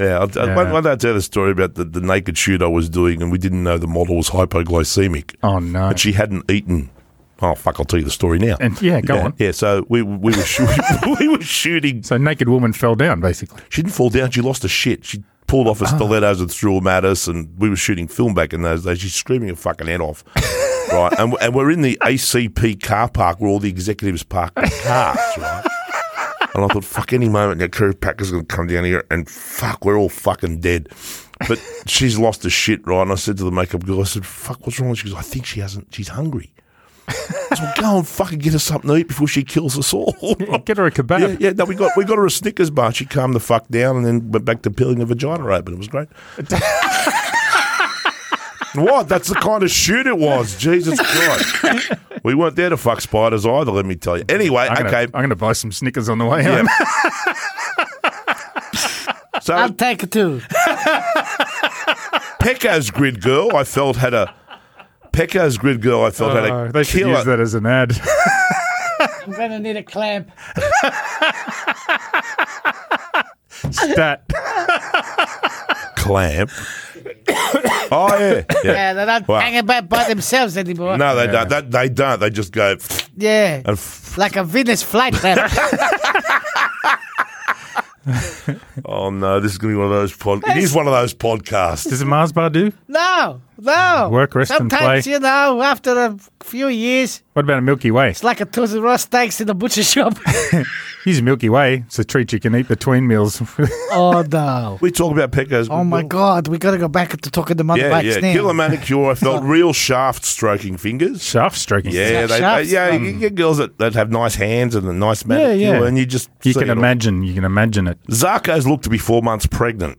Yeah, I'll, I'll, One, one day I'll tell the story about the, the naked shoot I was doing, and we didn't know the model was hypoglycemic,
Oh no.
and she hadn't eaten. Oh fuck! I'll tell you the story now.
And- yeah, go
yeah,
on.
Yeah, so we we were shooting, we were shooting.
So naked woman fell down basically.
She didn't fall down. She lost her shit. She pulled off her stilettos and threw them at us. And we were shooting film back in those days. She's screaming her fucking head off. right. And, and we're in the ACP car park where all the executives park their cars, right? And I thought, fuck, any moment now, Kerry Packer's going to come down here and fuck, we're all fucking dead. But she's lost her shit, right? And I said to the makeup girl, I said, fuck, what's wrong? She goes, I think she hasn't, she's hungry. I said, well, go and fucking get her something to eat before she kills us all.
Get her a kebab.
Oh. Yeah, yeah. No, we got we got her a Snickers bar. She calmed the fuck down and then went back to peeling her vagina open. It was great. what? That's the kind of shoot it was. Jesus Christ. We weren't there to fuck spiders either. Let me tell you. Anyway,
I'm gonna,
okay.
I'm gonna buy some Snickers on the way home.
So
I'll take it too.
Pecco's Grid Girl, I felt had a Pecco's Grid Girl. I
Oh,
felt had
they
a
should use
killer.
that as an ad.
I'm going to need a clamp.
Stat.
clamp. oh yeah. yeah.
Yeah, they don't
Wow.
hang about by themselves anymore.
No, they don't. That, they don't. They just go.
Yeah.
And f-
like a Venus flytrap.
oh no, this is gonna be one of those. Pod- it is one of those podcasts.
Does a Mars bar do?
no, no.
Work, rest, and
Sometimes,
play.
you know, after a few years,
What about a Milky Way?
it's like a tootsie raw steaks in a butcher shop.
Use a Milky Way. It's a treat you can eat between meals.
oh, no.
We talk about Pecco's.
Oh, my God. we got to go back to talking to motorbikes
Yeah, yeah.
now.
Killer manicure. I felt real shaft stroking fingers.
Shaft stroking.
Yeah, they,
Shaft-
they- yeah. you get girls that, that have nice hands and a nice
Yeah,
manicure,
yeah.
and you just
You
see
can
it all.
imagine. You can imagine it.
Zarko's looked to be four months pregnant.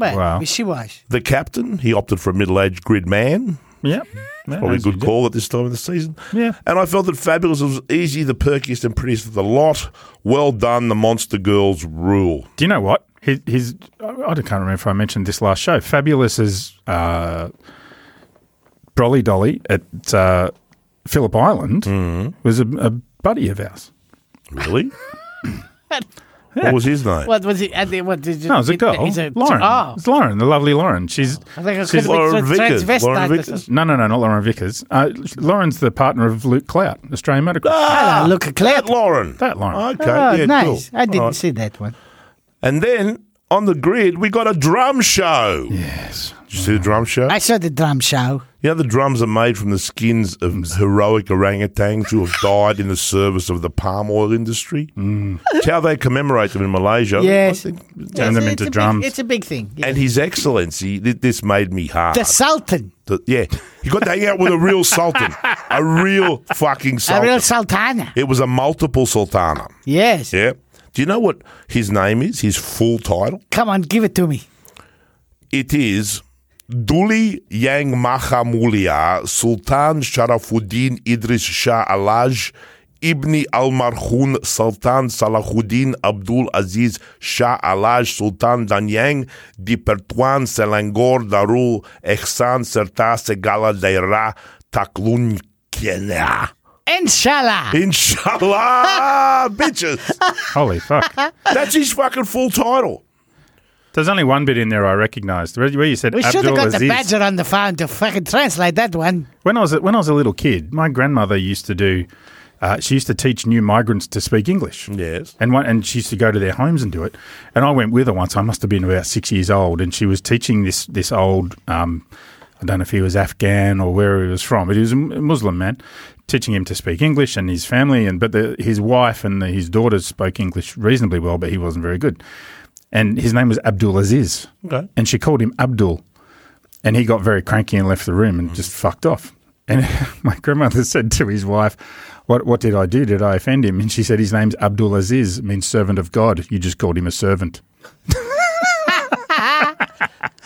Man,
Wow.
she was.
The captain, he opted for a middle-aged grid man.
Yeah. Yeah,
Probably a
as you
good
do.
call at this time of the season.
Yeah.
And I felt that Fabulous was easy, the perkiest and prettiest of the lot. Well done, the monster girls rule.
Do you know what? His, his I I can't remember if I mentioned this last show. Fabulous's uh, Brolly Dolly at uh, Phillip
Mm-hmm.
Island was a, a buddy of ours.
Really? What was his name?
What was it? and then What did you?
No, it's a
it-
girl.
it's a- Ah.
Lauren.
Oh,
It's Lauren, the lovely Lauren. She's
I think it could
she's-
be
Lauren
trans-
Vickers. Lauren
transvestite. or
Vickers.
something.
no, no, no, not Lauren Vickers. Uh, Lauren's the partner of Luke Clout, Australian Medical.
Hello, look, Claire.
That Lauren.
That Lauren.
Okay,
Oh,
yeah, cool.
nice. I didn't
All right.
see that one.
And then on the grid, we got a drum show.
Yes.
Did you see the drum show?
I saw the drum show.
You know, the drums are made from the skins of heroic orangutans who have died in the service of the palm oil industry. It's how they commemorate them in Malaysia.
Yes.
I think-
Turn them into
a big-
drums.
it's a big thing. yeah.
And His Excellency, th- this made me hard.
the Sultan,
The- yeah. He got to hang out with a real sultan, a real fucking
a
sultan.
real Sultana.
it was a multiple sultana.
Yes.
Yeah. Do you know what his name is? His full title?
Come on, give it to me.
It is Duli Yang Mahamulia Sultan Sharafuddin Idris Shah Alaj Ibn Al Marhun Sultan Salahuddin Abdul Aziz Shah Alaj Sultan Danyang Dipertuan Selangor Darul Ehsan Serta Segala Daira Taklun Kenya.
Inshallah.
Inshallah, bitches.
Holy fuck.
That's his fucking full title.
There's only one bit in there I recognised. Where, where you said
we should have
Abdul
got the
Aziz.
badger on the phone to fucking translate that one.
When I was a, when I was a little kid, my grandmother used to do. Uh, she used to teach new migrants to speak English.
Mm.
Yes.
and one, and she used to go to their homes and do it. And I went with her once. I must have been about six years old, and she was teaching this this old. Um, I don't know if he was Afghan or where he was from, but he was a M- Muslim man, teaching him to speak English and his family. And but the, his wife and the, his daughters spoke English reasonably well, but he wasn't very good. And his name was Abdul Aziz,
Okay.
and she called him Abdul. And he got very cranky and left the room and just fucked off. And my grandmother said to his wife, what, what did I do? Did I offend him? And she said, His name's Abdul Aziz, means servant of God. You just called him a servant.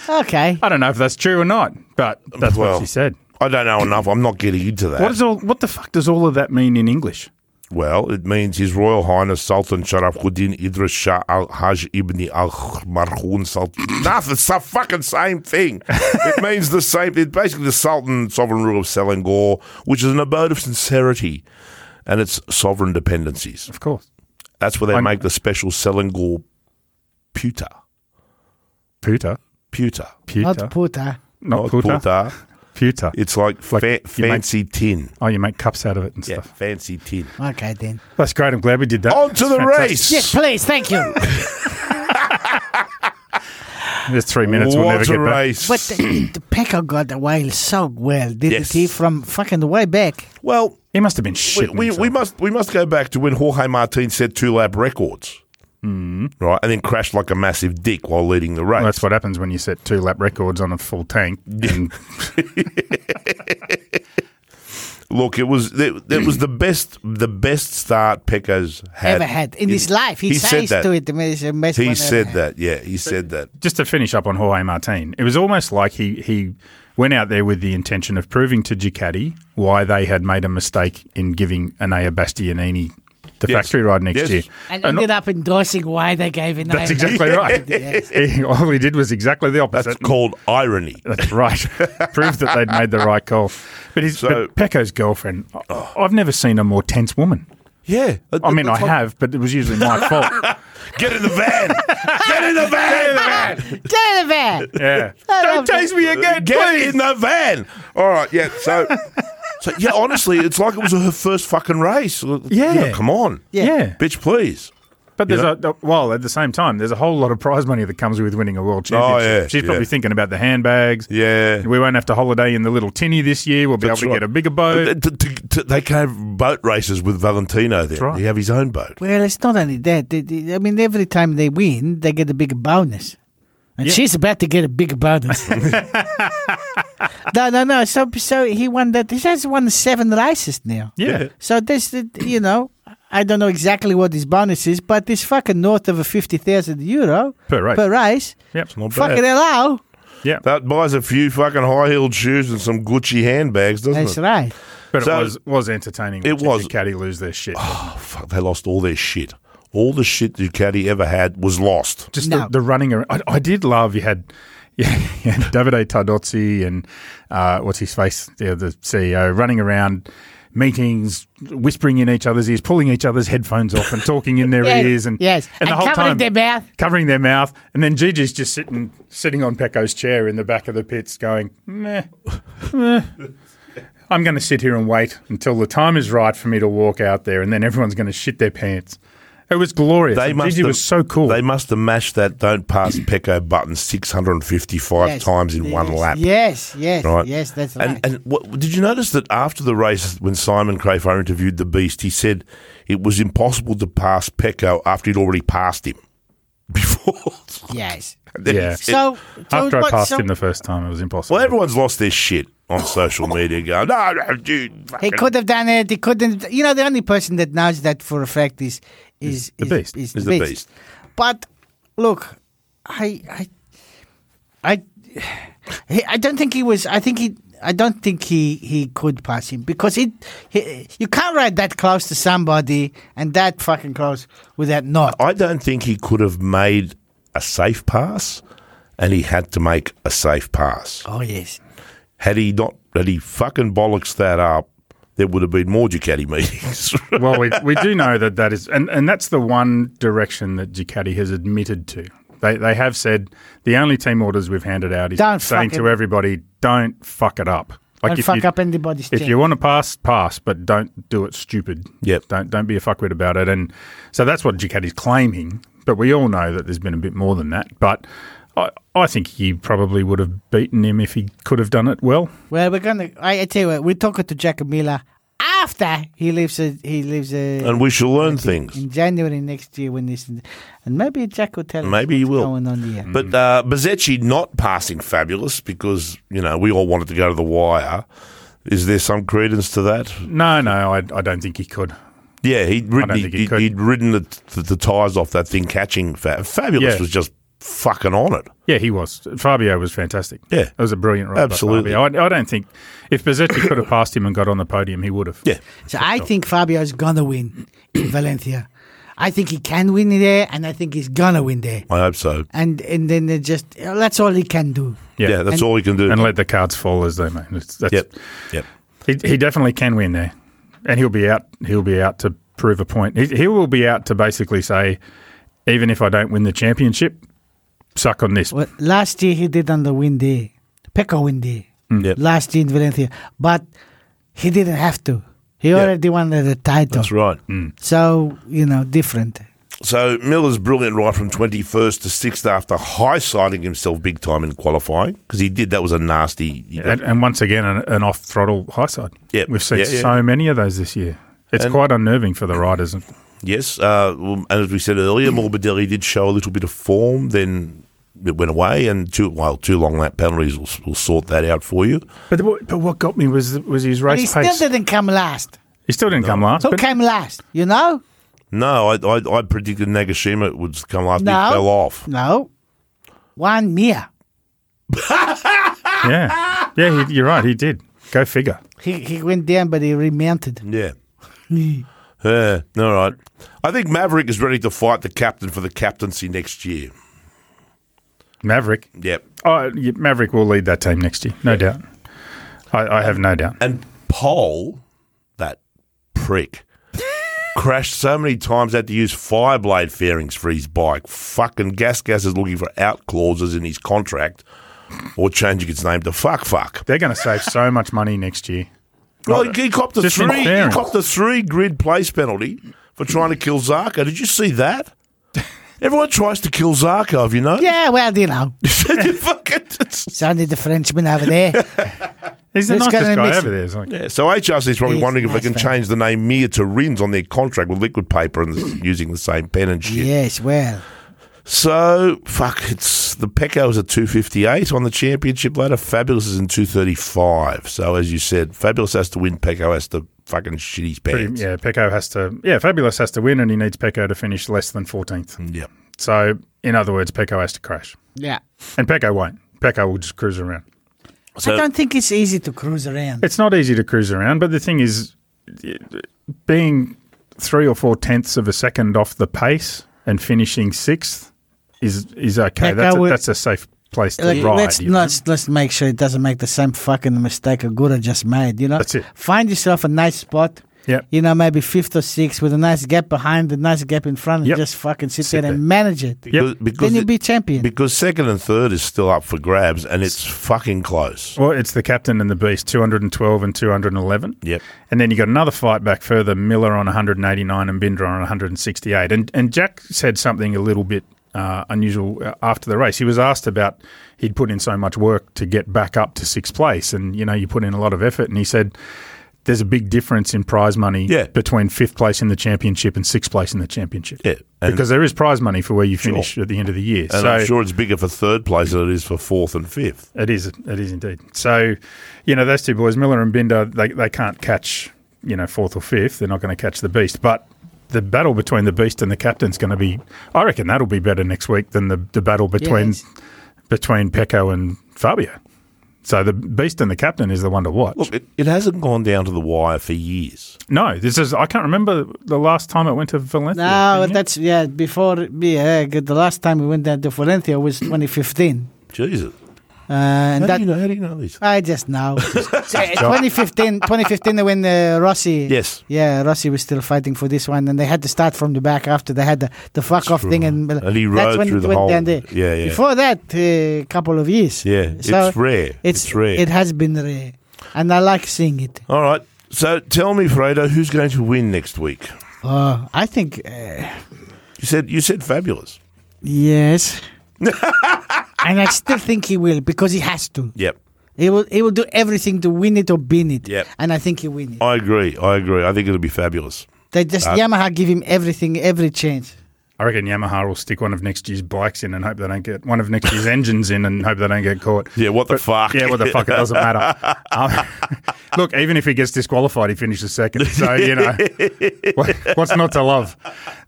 Okay.
I don't know if that's true or not, but that's
Well,
what she said.
I don't know enough. I'm not getting into that.
What, is all, what the fuck does all of that mean in English?
Well, it means His Royal Highness Sultan Sharafuddin Idris Shah Al Haj Ibn Al Marhun Sultan. Nothing. It's the fucking same thing. it means the same. It's basically the Sultan, sovereign rule of Selangor, which is an abode of sincerity and its sovereign dependencies.
Of course.
That's where they
I'm-
make the special Selangor pewter.
Puta.
Pewter.
Pewter.
Not puta.
Not
Not
puta.
pewter.
Pewter.
It's like,
Like
fa-
you make-
fancy tin.
Oh, you make cups out of it and
Yeah,
stuff.
fancy tin.
Okay then.
That's great. I'm glad we did that.
On to
That's
the
fantastic.
race.
Yes, please. Thank you.
There's three minutes.
what
we'll never
a
get back.
race.
But the, the Packer got away so well, didn't
Yes.
he? From fucking way back.
well,
He must have been shit.
we, we, we must we must go back to when Jorge Martin set two lap records, mm. right, and then crashed like a massive dick while leading the race.
Mm-hmm. that's what happens when you set two lap records on a full tank. And
Look, it was it, it was the best the best start Pecco's had
Ever had in his life. He,
he said
says
that.
to it, the best best one
He
ever
said
had.
that, yeah, he said that.
just to finish up on Jorge Martin, it was almost like he, he went out there with the intention of proving to Ducati why they had made a mistake in giving Anea Bastianini the
Yes.
factory ride next
Yes.
year.
And ended up endorsing why they gave it.
Uh, That's exactly right. He- all he did was exactly the
That's
opposite.
called irony.
That's right. Proved that they'd made the right call. But, his,
So- Oh.
but Pecco's girlfriend, I- I've never seen a more tense woman.
Yeah,
I mean, I have, but it was usually my fault.
Uh, Get in the van. Get in the van.
Get out of there.
Yeah.
Don't
chase me again,
Get in the van. All right, yeah. So, so yeah. Honestly, it's like it was her first fucking race. You know,
Yeah.
come on.
Yeah.
Yeah.
bitch, please.
But there's a well at the same time, there's a whole lot of prize money that comes with winning a world championship.
Oh, yeah,
She's probably
yeah.
thinking about the handbags.
Yeah.
we won't have to holiday in the little tinny this year. We'll be
That's
able to
right.
get a bigger boat.
Th- th- th- th- they can have boat races with Valentino there.
right.
He have his own boat.
Well, it's not only that. They- they- I mean, every time they win, they get a big bonus. And she's about to get a big bonus. no, no, no. So, so he won that. He has won seven races now.
Yeah,
So this, uh, you know, I don't know exactly what his bonus is, but it's fucking north of a fifty thousand euro
Per race.
Per race.
yep,
Not bad.
Fucking hello.
yeah.
That buys a few fucking high-heeled shoes and some Gucci handbags, doesn't
That's
it?
right.
But
So-
it was was entertaining.
It
watching
was.
Ducati lose their shit.
Oh, fuck, they lost all their shit. All the shit Ducati ever had was lost.
Just
No.
the, the running around. I, I did love you had. Yeah, yeah, Davide Tardozzi and uh, what's his face, the, the CEO, E running around meetings, whispering in each other's ears, pulling each other's headphones off, and talking in their
Yes,
ears, and
yes.
and, the
And
whole
covering
time,
their mouth.
covering their mouth, and then Gigi's just sitting sitting on Pecco's chair in the back of the pits, going, meh, meh. I'm going to sit here and wait until the time is right for me to walk out there, and then everyone's going to shit their pants. It was glorious.
They
and
must
Gigi
have,
was so cool.
They must have mashed that "Don't Pass Pecco" button six hundred and fifty-five
Yes.
times in one lap.
Yes, yes,
Right.
yes, that's right.
and, And what, did you notice that after the race, when Simon Crayfar interviewed the Beast, he said it was impossible to pass Pecco after he'd already passed him before.
yes.
And then he
Yeah.
said-
So, so
After I
what-
passed
so
him the first time, it was impossible.
well, everyone's lost their shit on social media. Going, no, no, dude,
he
fucking-"
could have done it. He couldn't. You know, the only person that knows that for a fact is is
the
is,
Beast.
Is,
Is
the
the
beast.
Beast.
But look, I I I he, I don't think he was. I think he. I don't think he, he could pass him because it he, you can't ride that close to somebody and that fucking close without not.
I don't think he could have made a safe pass, and he had to make a safe pass.
Oh yes,
Had he not, had he fucking bollocks that up, there would have been more Ducati meetings.
well, we, we do know that that is, and, and that's the one direction that Ducati has admitted to. They, they have said the only team orders we've handed out is
Don't
saying
fuck
to
it.
everybody, don't fuck it up. Like
don't fuck up anybody's
If
team.
you want to pass, pass, but don't do it stupid.
Yep.
Don't don't be a fuckwit about it. And so that's what Ducati's claiming. But we all know that there's been a bit more than that. But I, I think he probably would have beaten him if he could have done it well.
well, we're gonna. I, I tell you what, we're talking to Jacob Miller after he leaves. A, he leaves uh, a,
and we shall learn things.
in January next year when this, and maybe Jack will tell us
Maybe he
what's
will.
going on here.
Mm-hmm.
But uh, Bezzecchi not passing fabulous because, you know, we all wanted to go to the wire. Is there some credence to that?
No, no, I, I don't think he could.
Yeah, he'd ridden,
don't
he,
think he
would
could.
ridden the, the, tires off that thing catching. Fa- fabulous
Yeah.
was just fucking on it.
Yeah, he was. Fabio was fantastic.
Yeah.
It was a brilliant ride. by
Absolutely.
Fabio. I, I don't think if Bezzetti could have passed him and got on the podium, he would have.
Yeah.
So I think Fabio's gonna win in Valencia. I think he can win there, and I think he's gonna win there.
I hope so.
And and then it just that's all he can do.
Yeah.
Yeah, that's all he can do.
And let the cards fall as they may. It's- that's-
yep. Yep.
He, he definitely can win there, and he'll be out. He'll be out to prove a point. He, he will be out to basically say, even if I don't win the championship, suck on this.
Well, last year he did on the win there, Pecco win there.
Yep.
Last year in Valencia, but he didn't have to. He already won the title.
That's right.
Mm.
So you know, different.
So Miller's brilliant ride from 21st to 6th after high siding himself big time in qualifying because he did. That was a nasty. he got-
And, and once again, an, an off throttle high side.
Yep.
We've seen
Yeah, yeah.
so many of those this year. It's quite unnerving for the riders.
Yes, uh, well, and as we said earlier, Morbidelli did show a little bit of form, then it went away, and too well, too long lap penalties will, will sort that out for you.
But what, but what got me was was his
But he
race
still
pace.
didn't come last.
He still didn't come last.
Who
but-
came last? You know?
No, I, I, I predicted Nagashima would come last.
No.
He fell off.
No. One Mia.
Yeah, yeah, he, you're right. He did. Go figure.
He he went down, but he remounted.
Yeah. yeah. All right. I think Maverick is ready to fight the captain for the captaincy next year.
Maverick.
Yep.
Oh, yeah, Maverick will lead that team next year, no doubt. I, I have no doubt.
And Pole, that prick, crashed so many times had to use fire blade fairings for his bike. Fucking Gas Gas is looking for out clauses in his contract or changing its name to Fuck Fuck.
They're going to save so much money next year.
Well, he, he copped a
Just
three he
interference.
copped a three grid place penalty for trying to kill Zarko. Did you see that? Everyone tries to kill Zarko, have you know?
Yeah, well, you know,
Fucking-
it's only the Frenchman over there.
He's the
Let's get
nicest
him
guy
mixing.
over there. It's like,
Yeah, so HRC is probably
He's
wondering
nice
if they can
fella.
change the name Mir to Rins on their contract with liquid paper and using the same pen and shit.
yes, well,
So fuck, it's the Pecos at two fifty eight on the championship ladder. Fabulous is in two thirty five. So as you said, Fabulous has to win. Peco has to fucking shit his
pretty,
pants.
yeah, Pecco has to. Yeah, Fabulous has to win, and he needs Pecco to finish less than 14th.
yeah.
So, in other words, Pecco has to crash,
yeah.
and Pecco won't. Pecco will just cruise around.
So
I don't think it's easy to cruise around.
It's not easy to cruise around, but the thing is, being three or four tenths of a second off the pace and finishing sixth is is okay.
Pecco
That's a,
would-
that's a safe place to
Like,
ride.
let's
you
let's let's make sure it doesn't make the same fucking mistake Agura just made. You know,
That's it.
Find yourself a nice spot.
Yep.
You know, maybe fifth or sixth with a nice gap behind, a nice gap in front, and
Yep.
just fucking sit,
Sit
there
there.
and manage it.
Because, because,
then you'll
it-
be champion.
because second and third is still up for grabs and it's fucking close.
Well, it's the captain and the beast, 212 and 211.
Yep.
And then you got another fight back further, Miller on 189 and Binder on 168. And and Jack said something a little bit uh, unusual uh, after the race. He was asked about he'd put in so much work to get back up to sixth place, and you know you put in a lot of effort. And he said there's a big difference in prize money
Yeah.
between fifth place in the championship and sixth place in the championship.
Yeah. And-
because there is prize money for where you finish at the end of the year.
And
so
I'm sure it's bigger for third place than it is for fourth and fifth.
it is. It is indeed. So, you know, those two boys, Miller and Binder, they, they can't catch, you know, fourth or fifth. They're not going to catch the beast. But the battle between the beast and the captain's going to be, I reckon that'll be better next week than the, the battle between
it's-
between Pecco and Fabio. So the beast and the captain is the one to watch.
Look, it, it hasn't gone down to the wire for years.
no, this is, I can't remember the last time it went to Valencia.
No,
can you?
that's yeah. Before yeah, good, the last time we went down to Valencia was 2015,
Jesus.
uh, and
How,
that
do you know, how do you know these?
I just know. Yeah, 2015, 2015 when uh, Rossi.
Yes.
Yeah, Rossi was still fighting for this one, and they had to start from the back after they had the, the fuck off thing, and, uh,
And he
that's
rode
when
through
it
the
went
hole.
down there.
Yeah, yeah.
Before that, a couple of years.
Yeah,
So
it's rare. It's, rare.
It has been rare, and I like seeing it.
All right. So tell me, Fredo, who's going to win next week?
Uh, I think uh,
You said you said fabulous.
yes. and I still think he will because he has to.
Yep.
He will. He will do everything to win it or bin it.
Yep. Oh,
And I think he win it.
I agree. I agree. I think it'll be fabulous.
They just Yamaha give him everything, every chance.
I reckon Yamaha will stick one of next year's bikes in and hope they don't get one of next year's engines in and hope they don't get caught.
Yeah, what the fuck?
Yeah, what the fuck? It doesn't matter. Um, look, even if he gets disqualified, he finishes second. So you know what, what's not to love.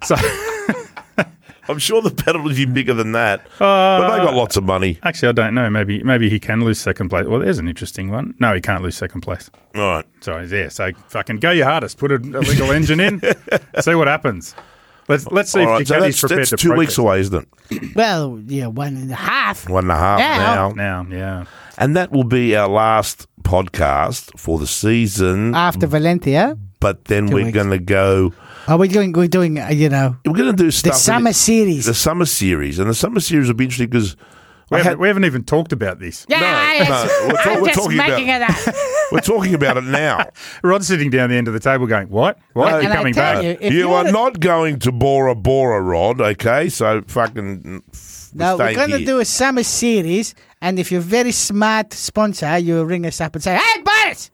So
I'm sure the penalty's bigger than that. but they got lots of money.
actually, I don't know. Maybe maybe he can lose second place. Well, there's an interesting one. No, he can't lose second place.
All right.
Sorry, yeah. So fucking go your hardest. Put an illegal engine in. See what happens. Let's let's see
All
if
right. So
Ducati's
that's,
prepared
that's
to
two weeks
protest.
away, isn't it?
Well, yeah, one and a half.
One and a half
Yeah.
now.
now. Yeah.
And that will be our last podcast for the season.
After Valencia,
but then we're
Uh, weeks.
going to go.
are we going? We're doing, uh, you know,
We're going to do
the
stuff. in
summer series.
The summer series. And the summer series will be interesting because.
We haven't, we haven't even talked about this.
yeah,
No,
I-
no, we're ta-
I'm
we're
just
talking
making it up.
We're talking about it now.
Rod's sitting down the end of the table going, What? Why are you
And I
coming
tell
back?
you- If
you
you're
are
a-
not going to Bora Bora, Rod. Okay, so fucking.
No, we're going to
to
do a summer series, and if you're a very smart sponsor, you ring us up and say, "Hey, Boris,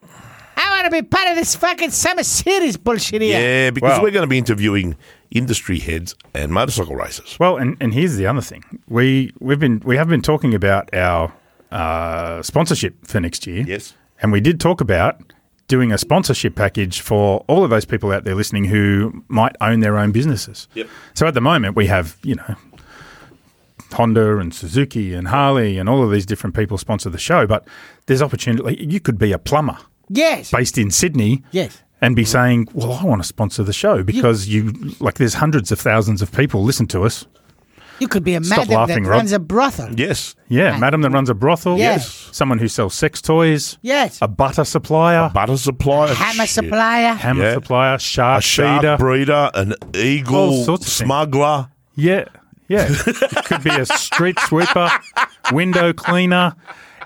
I want to be part of this fucking summer series bullshit here."
Yeah, because
Well-
we're going to be interviewing industry heads and motorcycle racers.
Well, and, and here's the other thing we we've been we have been talking about our uh, sponsorship for next year.
Yes.
and we did talk about doing a sponsorship package for all of those people out there listening who might own their own businesses.
Yep.
So at the moment we have you know Honda and Suzuki and Harley and all of these different people sponsor the show, but there's opportunity. like, You could be a plumber
Yes.
based in Sydney.
Yes.
And be saying, well, I want to sponsor the show because you like. There's hundreds of thousands of people listen to us.
You could be a
Stop
madam
laughing,
that
Rob.
runs a brothel.
Yes,
Yeah, madam that runs a brothel.
Yes.
Someone who sells sex toys.
Yes.
A butter supplier,
butter supplier,
Hammer
shit.
supplier.
hammer
Yeah.
supplier, shark,
a shark
feeder.
breeder, an
All
eagle
sorts of things.
smuggler.
yeah, yeah. Could be a street sweeper, window cleaner.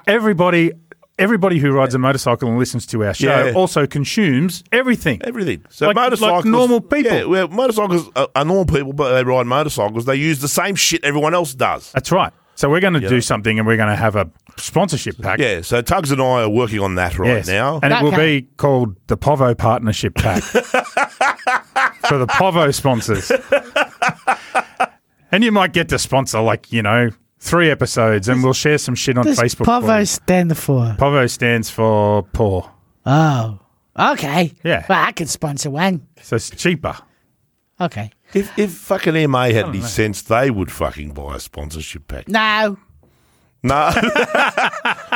Everybody, everybody who rides a motorcycle and listens to our show
Yeah.
also consumes everything.
Everything. So
Like- like
motorcycles,
normal people.
Yeah, well, motorcycles are, are normal people, but they ride motorcycles. They use the same shit everyone else does.
That's right. So we're going to do something, and we're going to have a sponsorship pack.
Yeah. So Tugs and I are working on that right
Yes.
now.
And it will
Okay.
be called the Povo Partnership Pack for the Povo sponsors. and you might get to sponsor, like, you know, three episodes and we'll share some shit on
What does
Facebook. for
Povo
you.
stand for?
Povo stands for poor.
Oh, okay.
Yeah.
Well, I could sponsor one.
So it's cheaper.
Okay.
If, if fucking MA had any sense, they would fucking buy a sponsorship pack.
No,
No.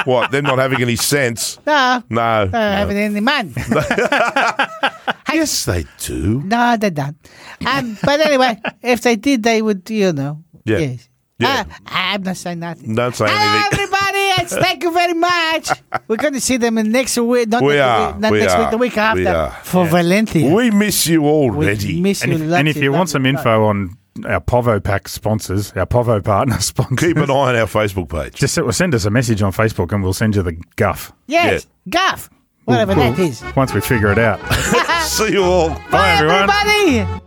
what? They're not having any sense.
no,
No.
I haven't any money.
Yes, they do.
No, they don't. Um, but anyway, if they did, they would, you know.
Yeah.
Yes.
Yeah.
Uh, I'm not saying nothing.
Don't say
Hello,
anything.
everybody. It's, thank you very much. We're going to see them in next week. Not
We
next
are.
Week, not
We
next
are.
week. The week
We
after
are.
for Valencia.
We miss you
We
already.
miss
And
you
if,
lots
and if
of
you want
lovely
some
blokes.
info on our Povo Pack sponsors, our Povo partner sponsors,
Keep an eye on our Facebook page.
just send us a message on Facebook and we'll send you the guff
Yes, Gaff. Whatever that is.
once we figure it out.
See you all.
Bye, everyone.
everybody.